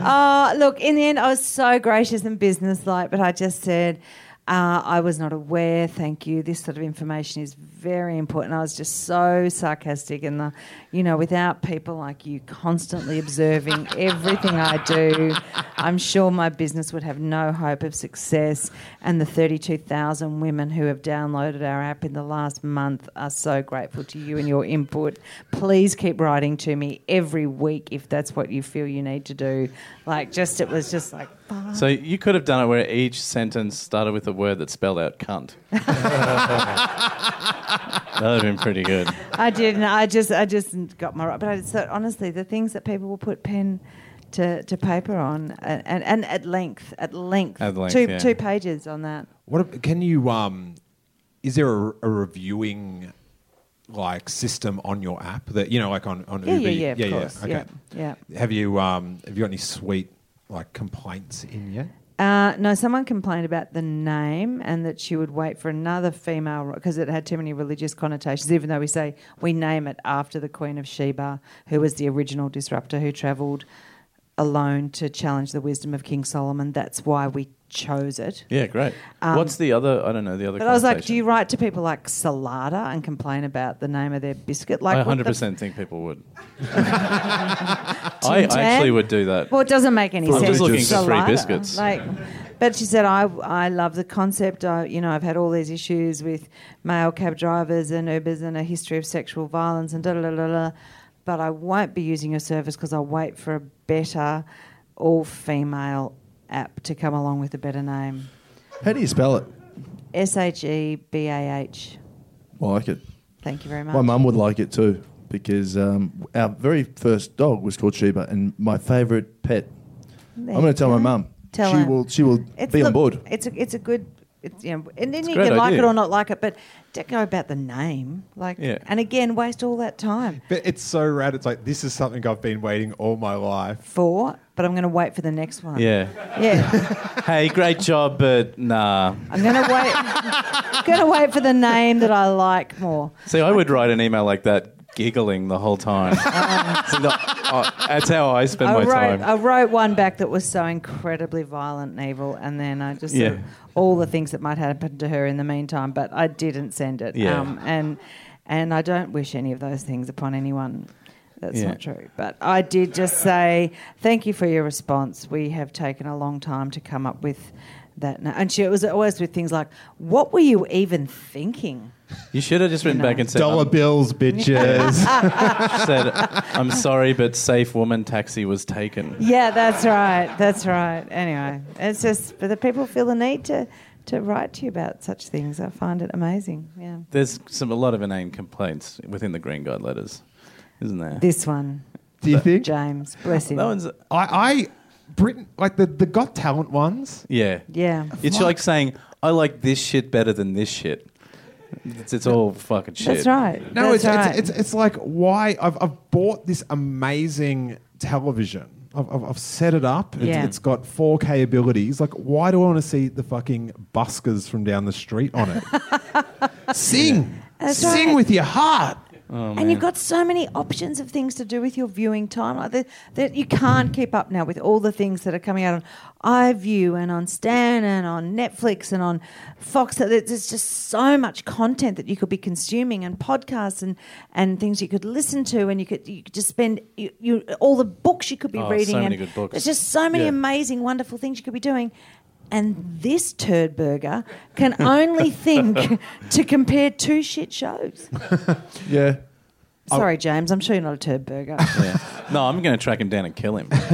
Uh, look, in the end, I was so gracious and businesslike, but I just said, uh, I was not aware. Thank you. This sort of information is very important. I was just so sarcastic, and the, you know, without people like you constantly observing everything I do, I'm sure my business would have no hope of success. And the 32,000 women who have downloaded our app in the last month are so grateful to you and your input. Please keep writing to me every week if that's what you feel you need to do. Like, just it was just like, fuck.
So you could have done it where each sentence started with a word that spelled out cunt. that would have been pretty good.
I didn't. I just, I just got my right. But I just thought, honestly, the things that people will put pen. To, to paper on and, and, and at length at length,
At length,
two
yeah.
two pages on that
What ab- can you? Um, is there a, a reviewing like system on your app that you know, like on on
yeah
Uber?
yeah yeah of
yeah,
course
Okay.
yeah yeah
Have you um have you got any sweet like complaints in yet?
Uh, no, someone complained about the name and that she would wait for another female because it had too many religious connotations, even though we say we name it after the Queen of Sheba, who was the original disruptor who travelled alone to challenge the wisdom of King Solomon. That's why we chose it.
Yeah, great. What's the other? I don't know the other.
Um, But I was like, do
connotation.
you write to people like Salada and complain about the name of their biscuit? Like,
I
what the
hundred percent think people would. I actually would do that.
Well, it doesn't make any
I'm
sense.
just looking for free
Salada.
biscuits.
Like, but she said, I, I love the concept. I, you know, I've had all these issues with male cab drivers and Ubers and a history of sexual violence and da da da da. da. But I won't be using your service because I'll wait for a better all female app to come along with a better name.
How do you spell it?
S H E B A H.
I like it.
Thank you very much.
My mum would like it too because um, our very first dog was called Sheba, and my favourite pet.
There
I'm going
you
to tell my
go.
mum.
Tell
she
her.
will. She will
It's-
be on
look,
board.
It's a, it's a good, it's, you know, and then you
great
can like it
idea.
or not like it, but don't go about the name, like,
Yeah.
and again, waste all that time
But it's so rad. It's like this is something I've been waiting all my life.
for. But I'm going to wait for the next one.
yeah.
yeah.
Hey, great job, but nah.
I'm going to wait. going to wait for the name that I like more.
See, I would write an email like that, giggling the whole time. See, no, I- that's how I spend
I
my
wrote,
time.
I wrote one back that was so incredibly violent and evil, and then I just sort of-
Yeah.
all the things that might happen to her in the meantime. But I didn't send it. Um,
Yeah.
and and I don't wish any of those things upon anyone. That's
Yeah.
not true. But I did just say thank you for your response. We have taken a long time to come up with that, na-" and she it was always with things like, "What were you even thinking?"
You should have just written back and said,
Dollar bills, bitches.
I'm, said, I'm sorry, but safe woman taxi was taken.
Yeah, that's right. That's right. Anyway, it's just, but the people feel the need to, to write to you about such things. I find it amazing. Yeah.
There's some a lot of inane complaints within the Green Guide letters, isn't there?
This one,
Do you think?
James, bless him.
that one's
I, I, Britain, like the, the Got Talent ones.
yeah.
yeah.
It's like saying I like this shit better than this shit. It's, it's all fucking shit.
That's right.
No,
that's
it's,
right.
it's, it's it's like why I've I've bought this amazing television. I've, I've, I've set it up. It's,
Yeah.
it's got 4K abilities. Like, why do I want to see the fucking buskers from down the street on it? Sing,
That's
sing
right.
with your heart.
Oh,
and you've got so many options of things to do with your viewing time like that, that you can't keep up now with all the things that are coming out on iView and on Stan and on Netflix and on Fox. So there- There's just so much content that you could be consuming and podcasts and, and things you could listen to and you could you could just spend you, you all the books you could be
Oh,
reading.
so many
and
good books.
There's just so many
Yeah.
amazing, wonderful things you could be doing. And this turd burger can only think to compare two shit shows.
Yeah.
Oh.
Sorry, James. I'm sure you're not a turd burger.
Yeah. No, I'm going to track him down and kill him.
That'd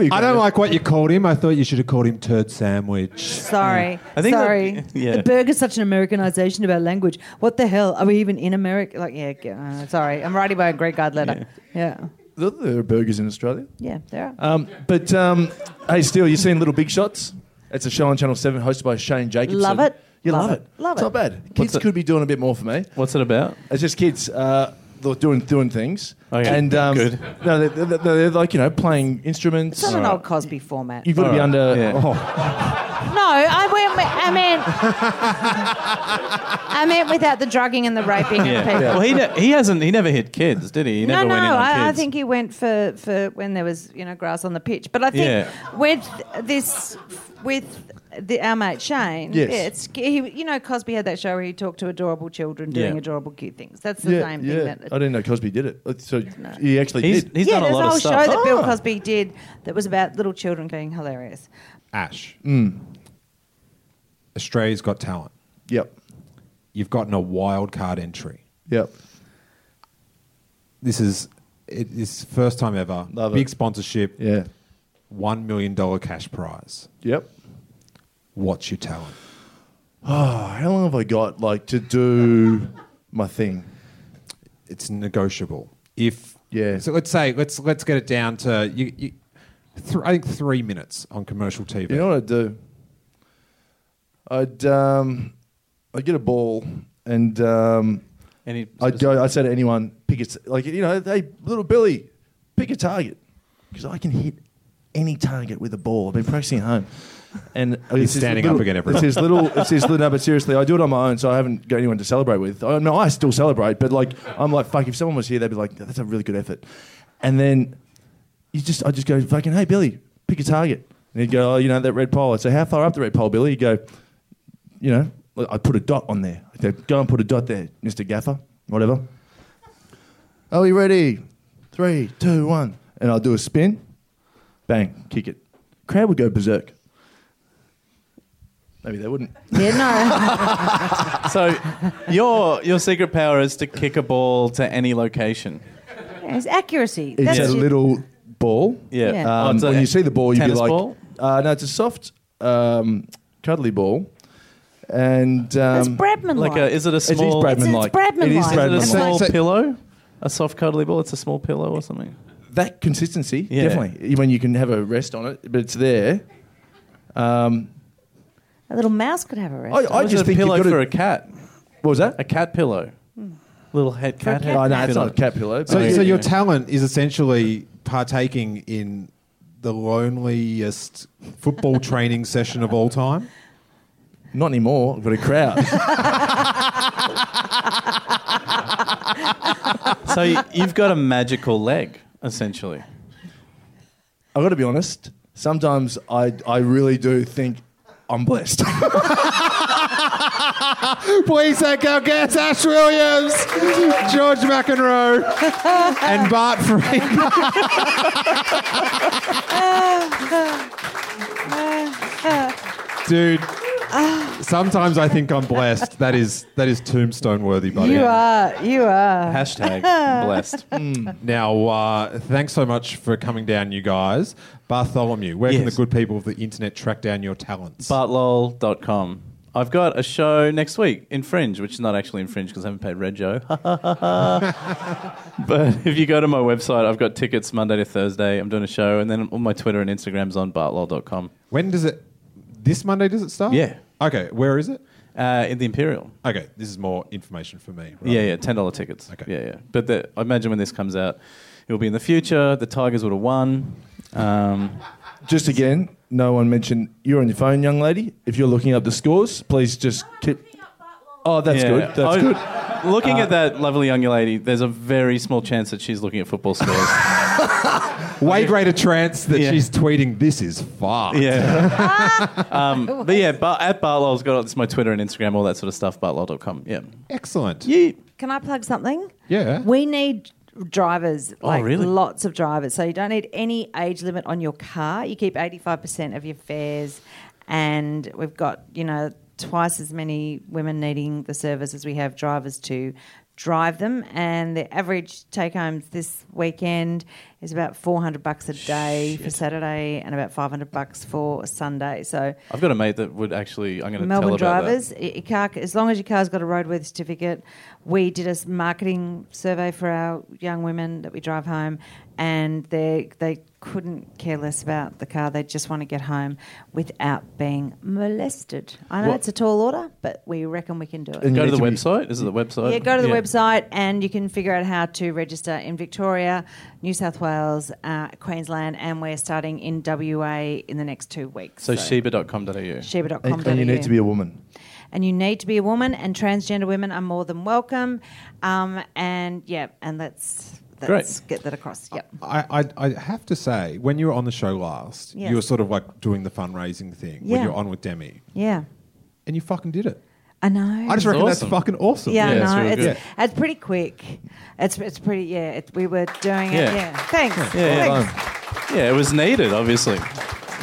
be great.
I don't like what you called him. I thought you should have called him Turd Sandwich.
Sorry.
I think that-
Sorry.
yeah.
The burger's such an Americanization of our language. What the hell? Are we even in America? Like, yeah, g- uh, sorry. I'm writing by a great guide letter. Yeah.
There- There are burgers in Australia.
Yeah, there are.
Um, but um, hey, still, you seen Little Big Shots? It's a show on Channel Seven hosted by Shane Jacobson.
Love it.
You
Love
love,
it.
it.
Love
it's
it.
Not bad.
What's
Kids
it-
could be doing a bit more for me.
What's it about?
It's just kids uh, they're doing doing things.
Okay.
And um,
Good.
No, they- they- they're, like you know playing instruments.
it's not an old Cosby format.
You've got to be
All right.
under.
Yeah.
Oh,
no, I went. I meant. I meant without the drugging and the raping
Yeah.
of people.
Well, he, ne- he hasn't. He never hit kids, did he? he never
no,
went
no.
in on
I, I
kids.
think he went for, for when there was you know grass on the pitch. But I think
Yeah.
with this with the, our mate Shane,
Yes.
yeah, it's, he, you know Cosby had that show where he talked to adorable children doing
Yeah.
adorable cute things. That's the same thing. That,
I didn't know Cosby did it. Uh, So he actually
he's,
did.
he's
yeah,
done a
there's
lot
whole
of stuff. Oh.
show that Bill
Ah.
Cosby did that was about little children being hilarious.
Ash. Mm. Australia's Got Talent.
Yep.
You've gotten a wild card entry.
Yep.
This is it is first time ever.
Love it.
Big sponsorship.
Yeah.
One million dollar cash prize.
Yep.
What's your talent?
Oh, how long have I got like to do my thing?
It's negotiable. If
Yeah.
so let's say let's let's get it down to you. you th- I think three minutes on commercial TV.
You know what I'd do? I'd um, I'd get a ball and um,
Any
I'd go. I'd say to anyone, pick it like you know, hey, little Billy, pick a target because I can hit any target with a ball. I've been practicing at home. And it's this
standing
little-
up again, everyone.
It's this little, it's this little. No, but seriously, I do it on my own, so I haven't got anyone to celebrate with. I, no, I still celebrate, but like, I'm like, fuck. If someone was here, they'd be like, that's a really good effort. And then you just, I just go, fucking, hey, Billy, pick a target. And he'd go, oh, you know, that red pole. I'd say, how far up the red pole, Billy? He'd go, you know, like, I'd put a dot on there. I'd go, go and put a dot there, Mr. Gaffer, whatever. Are we ready? Three, two, one. And I'll do a spin. Bang, kick it. Crowd would go berserk. Maybe they wouldn't.
Yeah, no,
So your your secret power is to kick a ball to any location.
it's accuracy.
It's
That's
a
your-
little ball.
Yeah.
Yeah.
Um,
Oh, it's a-
when you see the ball, you'd be
tennis
like,
ball?
Uh, no, it's a soft, um, cuddly ball. And
That's
um,
Bradman
like a, is it a
it is
small?
Bradman
It's-
like.
it's Bradman
It is
Is
like.
it
Bradman
a
It's
small
like.
like-
pillow? A soft cuddly ball? It's a small pillow or something.
That consistency,
Yeah.
definitely. When you can have a rest on it, but it's there. Um,
a little mouse could have a rest.
I, I
Or is
just
it a
think
pillow
you've got
for
to,
a cat.
What was that?
A cat pillow.
Hmm.
Little head cat. head
Oh, no, it's
pillow.
not a cat pillow.
So,
but-
so
yeah.
your talent is essentially partaking in the loneliest football training session of all time.
Not anymore. I've got a crowd.
So y- you've got a magical leg, essentially.
I've got to be honest. Sometimes I, I really do think I'm blessed.
Please thank our guests Ash Williams, George McEnroe, and Bart Frank. Dude, Sometimes I think I'm blessed. That is that is tombstone worthy, buddy.
You are. You are.
Hashtag blessed. Mm.
Now, uh, thanks so much for coming down, you guys. Bartholomew, where can the
Yes.
good people of the internet track down your talents?
Bartlol.com. I've got a show next week in Fringe, which is not actually in Fringe because I haven't paid Red Joe. but if you go to my website, I've got tickets Monday to Thursday. I'm doing a show, and then all my Twitter and Instagram's on bartlol.com.
when does it? This Monday does it start?
Yeah.
Okay. Where is it?
Uh, in the Imperial.
Okay. This is more information for me. Right?
Yeah, yeah, ten dollar tickets.
Okay.
Yeah, yeah. But the, I imagine when this comes out, it will be in the future. The Tigers would have won. Um,
Just again, no one mentioned you're on your phone, young lady. If you're looking up the scores, please just keep. Oh, that's
yeah.
good. That's
I-
good. Uh,
Looking at that lovely young lady, there's a very small chance that she's looking at football scores.
Way greater chance that
Yeah.
she's tweeting. This is far.
yeah. um, but yeah, but at Bartlow's got it's my Twitter and Instagram, all that sort of stuff. Bartlow.com. Yeah.
Excellent.
Yeah.
Can I plug something?
Yeah.
We need drivers, like
really?
lots of drivers. So you don't need any age limit on your car. You keep 85% of your fares, and we've got, you know, twice as many women needing the service as we have drivers to drive them. And the average take homes this weekend is about 400 bucks a day for Saturday and about 500 bucks for Sunday. So
I've got a mate that would actually. I'm going to
Melbourne
tell about
drivers, i- your car, as long as your car's got a roadworthy certificate, we did a s- marketing survey for our young women that we drive home, and they they couldn't care less about the car. They just want to get home without being molested. I know it's a tall order, but we reckon we can do it.
That.
And uh, you
Go to
need
the
be-
website. Is it the website?
Yeah, go to the website and you can figure out how to register in Victoria, New South Wales, uh, Queensland, and we're starting in WA in the next two weeks.
So, sheba.com.au.
Sheba.com.au.
And, and you need to be a woman.
and you need to be a woman and transgender women are more than welcome um, and yeah and let's let's get that across yep
I, I, I have to say, when you were on the show last,
Yeah.
you were sort of like doing the fundraising thing when
Yeah.
you were on with Demi,
yeah
and you fucking did it.
i know
I just reckon
awesome.
that's fucking awesome.
yeah,
Yeah, it's
no,
really
it's,
good.
it's pretty quick. It's it's pretty yeah. It, we were doing it
Yeah.
yeah. Thanks.
yeah.
Thanks.
Yeah, it was needed, obviously.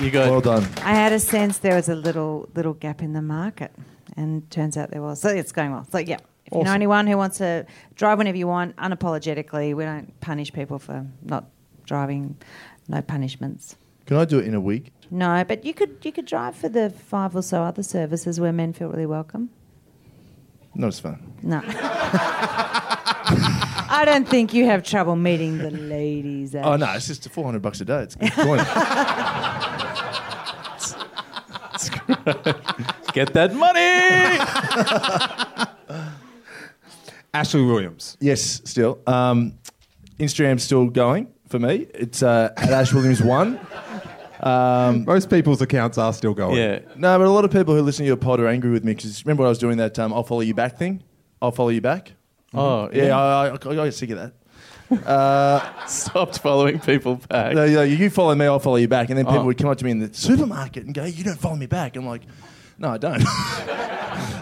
You guys.
Well done.
I had a sense there was a little little gap in the market, and turns out there was. So it's going well. So yeah, if you know anyone who wants to drive whenever you want, unapologetically, we don't punish people for not driving. No punishments.
Can I do it in a week?
No, but you could you could drive for the five or so other services where men feel really welcome.
No, it's fine.
No. I don't think you have trouble meeting the ladies.
Oh
Ash.
no, it's just four hundred bucks a day. It's a good point.
Get that money!
Ashley Williams.
Yes, still. Um, Instagram's still going for me. It's uh, at Ash Williams one.
Most people's accounts are still going.
yeah.
No, but a lot of people who listen to your pod are angry with me because remember when I was doing that um, "I'll follow you back" thing? I'll follow you back.
Oh,
Yeah,
yeah.
I, I, I got sick of that.
stopped following people back.
No, you, you follow me, I'll follow you back, and then people
Oh.
would come up to me in the supermarket and go, "You don't follow me back." I'm like, "No, I don't."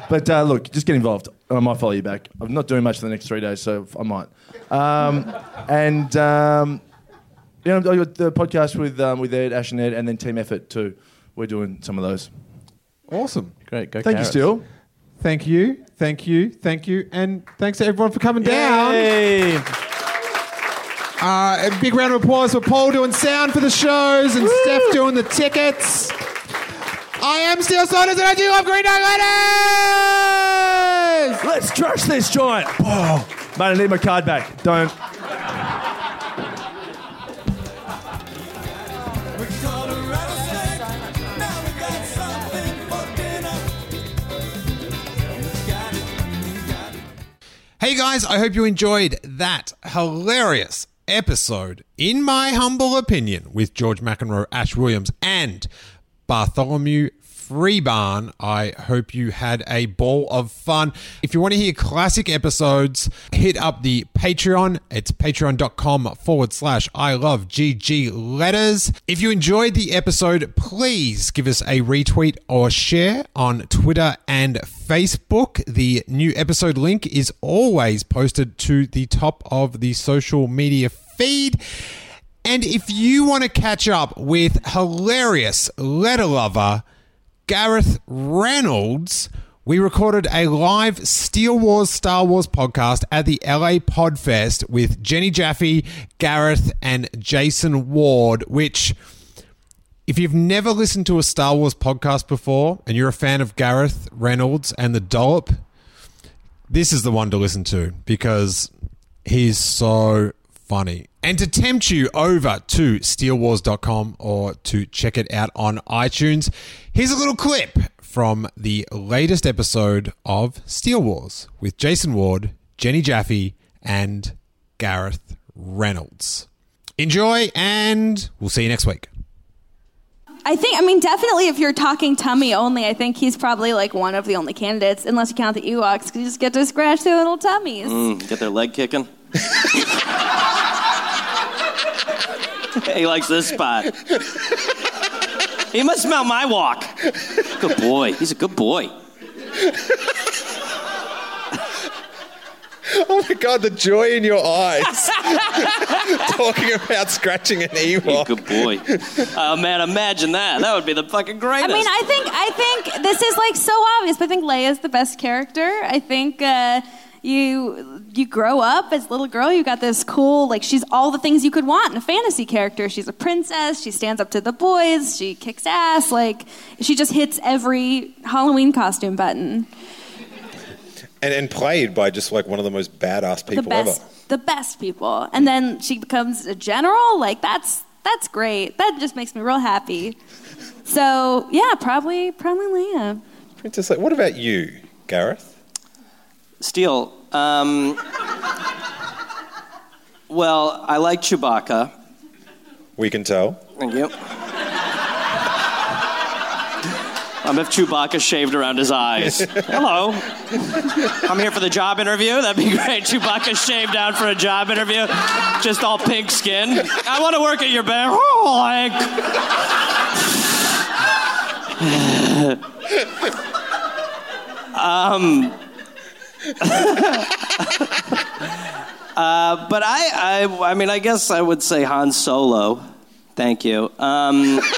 but uh, look, just get involved. I might follow you back. I'm not doing much for the next three days, so I might. Um, and um, you know, I got the podcast with um, with Ed, Ash, and Ed, and then Team Effort too. We're doing some of those.
Awesome.
Great, go
Thank
Carrots.
you, Steele.
Thank you. Thank you. Thank you. And thanks to everyone for coming down.
Yay!
Uh, a big round of applause for Paul doing sound for the shows and Steph doing the tickets. I am Steel Saunders and I do love Green Dog Letters!
Let's trash this giant. Oh, mate, I need my card back. Don't.
Hey guys, I hope you enjoyed that hilarious episode, in my humble opinion, with George McEnroe, Ash Williams, and Bartholomew Freebarn. I hope you had a ball of fun. If you want to hear classic episodes, hit up the Patreon. It's patreon.com forward slash I love GG letters. If you enjoyed the episode, please give us a retweet or share on Twitter and Facebook. The new episode link is always posted to the top of the social media feed. And if you want to catch up with hilarious letter lover Gareth Reynolds, we recorded a live Steel Wars Star Wars podcast at the LA Podfest with Jenny Jaffe, Gareth, and Jason Ward, which. If you've never listened to a Star Wars podcast before and you're a fan of Gareth Reynolds and the Dollop, this is the one to listen to because he's so funny. And to tempt you over to steelwars.com or to check it out on iTunes, here's a little clip from the latest episode of Steel Wars with Jason Ward, Jenny Jaffe, and Gareth Reynolds. Enjoy, and we'll see you next week.
I think, I mean, definitely if you're talking tummy only, I think he's probably like one of the only candidates, unless you count the Ewoks, because you just get to scratch their little tummies.
Get their leg kicking. he likes this spot. He must smell my walk. Good boy. He's a good boy.
Oh my god, the joy in your eyes. Talking about scratching an
He's a
Ewok.
good boy. Oh man, imagine that. That would be the fucking
I
greatest.
mean, I think, I think this is like so obvious, but I think Leia's the best character. I think, uh, you you grow up as a little girl you got this cool like she's all the things you could want in a fantasy character she's a princess she stands up to the boys she kicks ass like she just hits every halloween costume button
And, and played by just like one of the most badass people
the best,
ever.
the best people. And then she becomes a general. Like that's that's great. That just makes me real happy. So yeah, probably probably Leia.
Princess Leia. What about you, Gareth?
Steele. Um, well, I like Chewbacca.
We can tell.
Thank you. I'm if Chewbacca shaved around his eyes. Hello. I'm here for the job interview. That'd be great. Chewbacca shaved down for a job interview. Just all pink skin. I want to work at your bank. Oh, like. um. uh, but I, I, I mean, I guess I would say Han Solo. Thank you.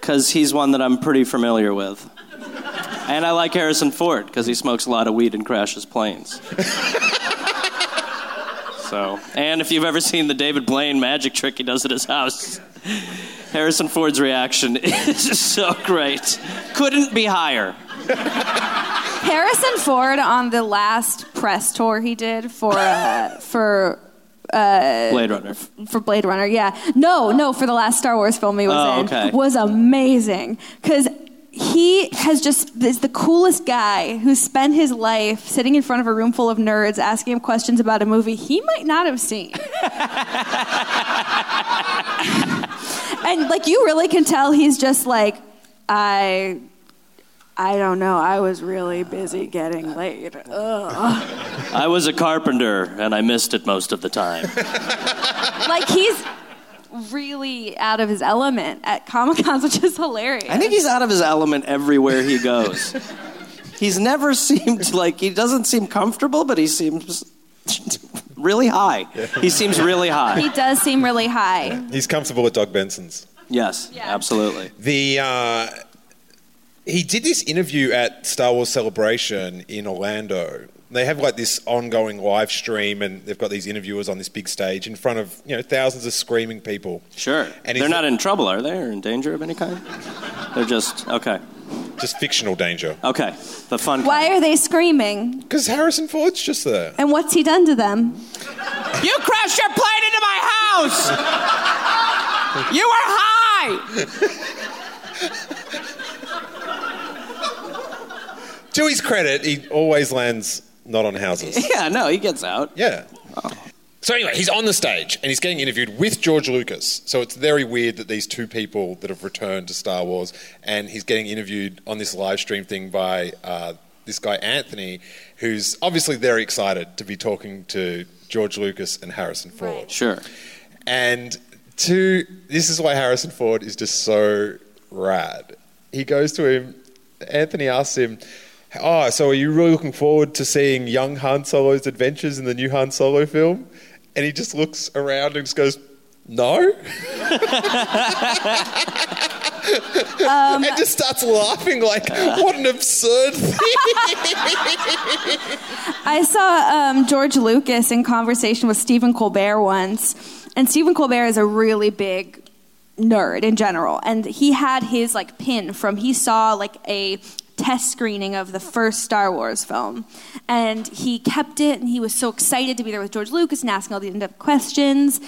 Because he's one that I'm pretty familiar with. And I like Harrison Ford because he smokes a lot of weed and crashes planes. so, and if you've ever seen the David Blaine magic trick he does at his house, Harrison Ford's reaction is so great. Couldn't be higher.
Harrison Ford on the last press tour he did for uh, for
Blade Runner.
for Blade Runner. Yeah, no, no, for the last Star Wars film he was
Oh,
in
okay.
was amazing because he has just is the coolest guy who spent his life sitting in front of a room full of nerds asking him questions about a movie he might not have seen. and like you really can tell he's just like I. I don't know. I was really busy getting laid. Ugh.
I was a carpenter and I missed it most of the time.
like he's really out of his element at Comic Cons, which is hilarious.
I think he's out of his element everywhere he goes. he's never seemed like he doesn't seem comfortable, but he seems really high. He seems really high.
he does seem really high.
He's comfortable at Doug Benson's.
Yes,
Yeah.
absolutely.
The uh, he did this interview at Star Wars Celebration in Orlando. They have like this ongoing live stream, and they've got these interviewers on this big stage in front of you know thousands of screaming people.
Sure.
And he's-
They're not in trouble, are they? Or in danger of any kind? They're just okay.
Just fictional danger
Okay. The fun.
Why are they screaming?
because Harrison Ford's just there.
And what's he done to them?
You crashed your plane into my house. you were high.
To his credit, he always lands not on houses.
Yeah. No, he gets out.
Yeah.
Oh.
So anyway, he's on the stage and he's getting interviewed with George Lucas. So it's very weird that these two people that have returned to Star Wars and he's getting interviewed on this live stream thing by uh, this guy Anthony, who's obviously very excited to be talking to George Lucas and Harrison Ford.
Sure.
And two, this is why Harrison Ford is just so rad. He goes to him, Anthony asks him, Oh, so are you really looking forward to seeing young Han Solo's adventures in the new Han Solo film? And he just looks around and just goes, No.
and just starts laughing like, what an absurd thing.
I saw um, George Lucas in conversation with Stephen Colbert once, and Stephen Colbert is a really big nerd in general, and he had his like pin from he saw like a test screening of the first Star Wars film, and he kept it, and he was so excited to be there with George Lucas and asking all the in-depth questions.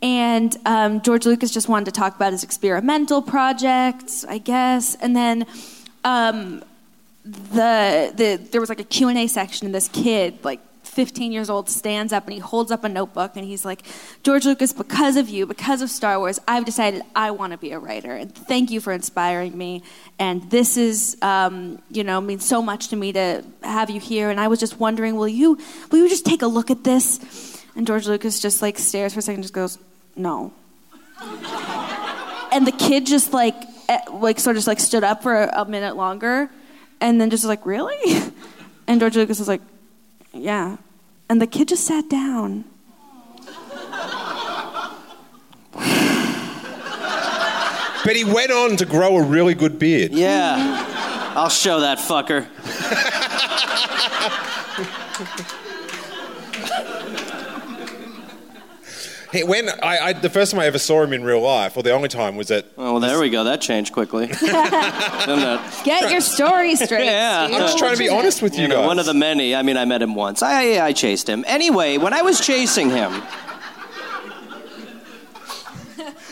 And um, George Lucas just wanted to talk about his experimental projects, I guess, and then. Um, the, the there was like a q&a section and this kid like 15 years old stands up and he holds up a notebook and he's like george lucas because of you because of star wars i've decided i want to be a writer and thank you for inspiring me and this is um, you know means so much to me to have you here and i was just wondering will you will you just take a look at this and george lucas just like stares for a second and just goes no and the kid just like eh, like sort of just like stood up for a, a minute longer and then just was like really and george lucas was like yeah and the kid just sat down
but he went on to grow a really good beard.
Yeah. I'll show that fucker.
He, when I, I, the first time I ever saw him in real life, or the only time, was at
Oh, well, there we go. That changed quickly. Didn't it?
get your story straight
Yeah.
Steve.
I'm just trying to be honest with you,
You know,
guys.
one of the many. I mean, I met him once. I, I chased him. Anyway, when I was chasing him,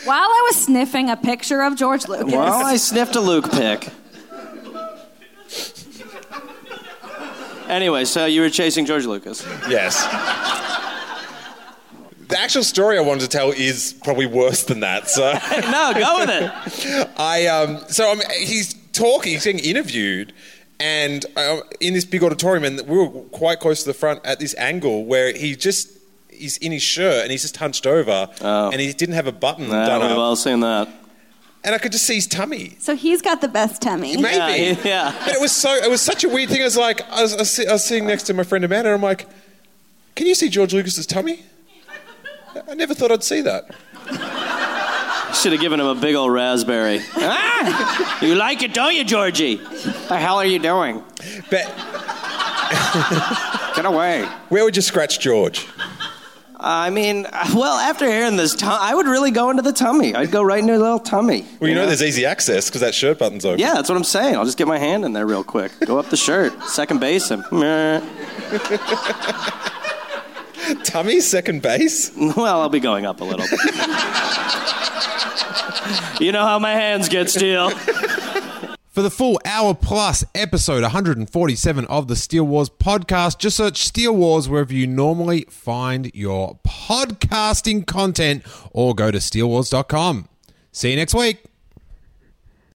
while i was sniffing a picture of george lucas
well, I sniffed a Luke pick. Anyway, so you were chasing George Lucas.
Yes. The actual story I wanted to tell is probably worse than that. So
No, go with it.
I, um, so I'm, he's talking, he's getting interviewed, and uh, in this big auditorium, and we were quite close to the front at this angle where he just he's in his shirt and he's just hunched over,
Oh.
and he didn't have a button
I
done
would
up,
have all seen that.
and I could just see his tummy.
so he's got the best tummy
Maybe.
Yeah, yeah.
But it was so it was such a weird thing. I was like, I was, I was, sit- I was sitting next to my friend Amanda, and I'm like, can you see George Lucas's tummy? I never thought I'd see that.
Should have given him a big old raspberry. ah! You like it, don't you, Georgie? The hell are you doing?
But
Get away.
where would you scratch George?
I mean, well, after hearing this, tum- I would really go into the tummy. I'd go right in your little tummy.
Well, you know there's easy access because that shirt button's open.
Yeah, that's what I'm saying. I'll just get my hand in there real quick. Go up the shirt, second base him. Meh.
Tummy, second base.
Well, I'll be going up a little. you know how my hands get steel.
For the full hour plus episode 147 of the Steel Wars podcast, just search Steel Wars wherever you normally find your podcasting content or go to steelwars.com. See you next week.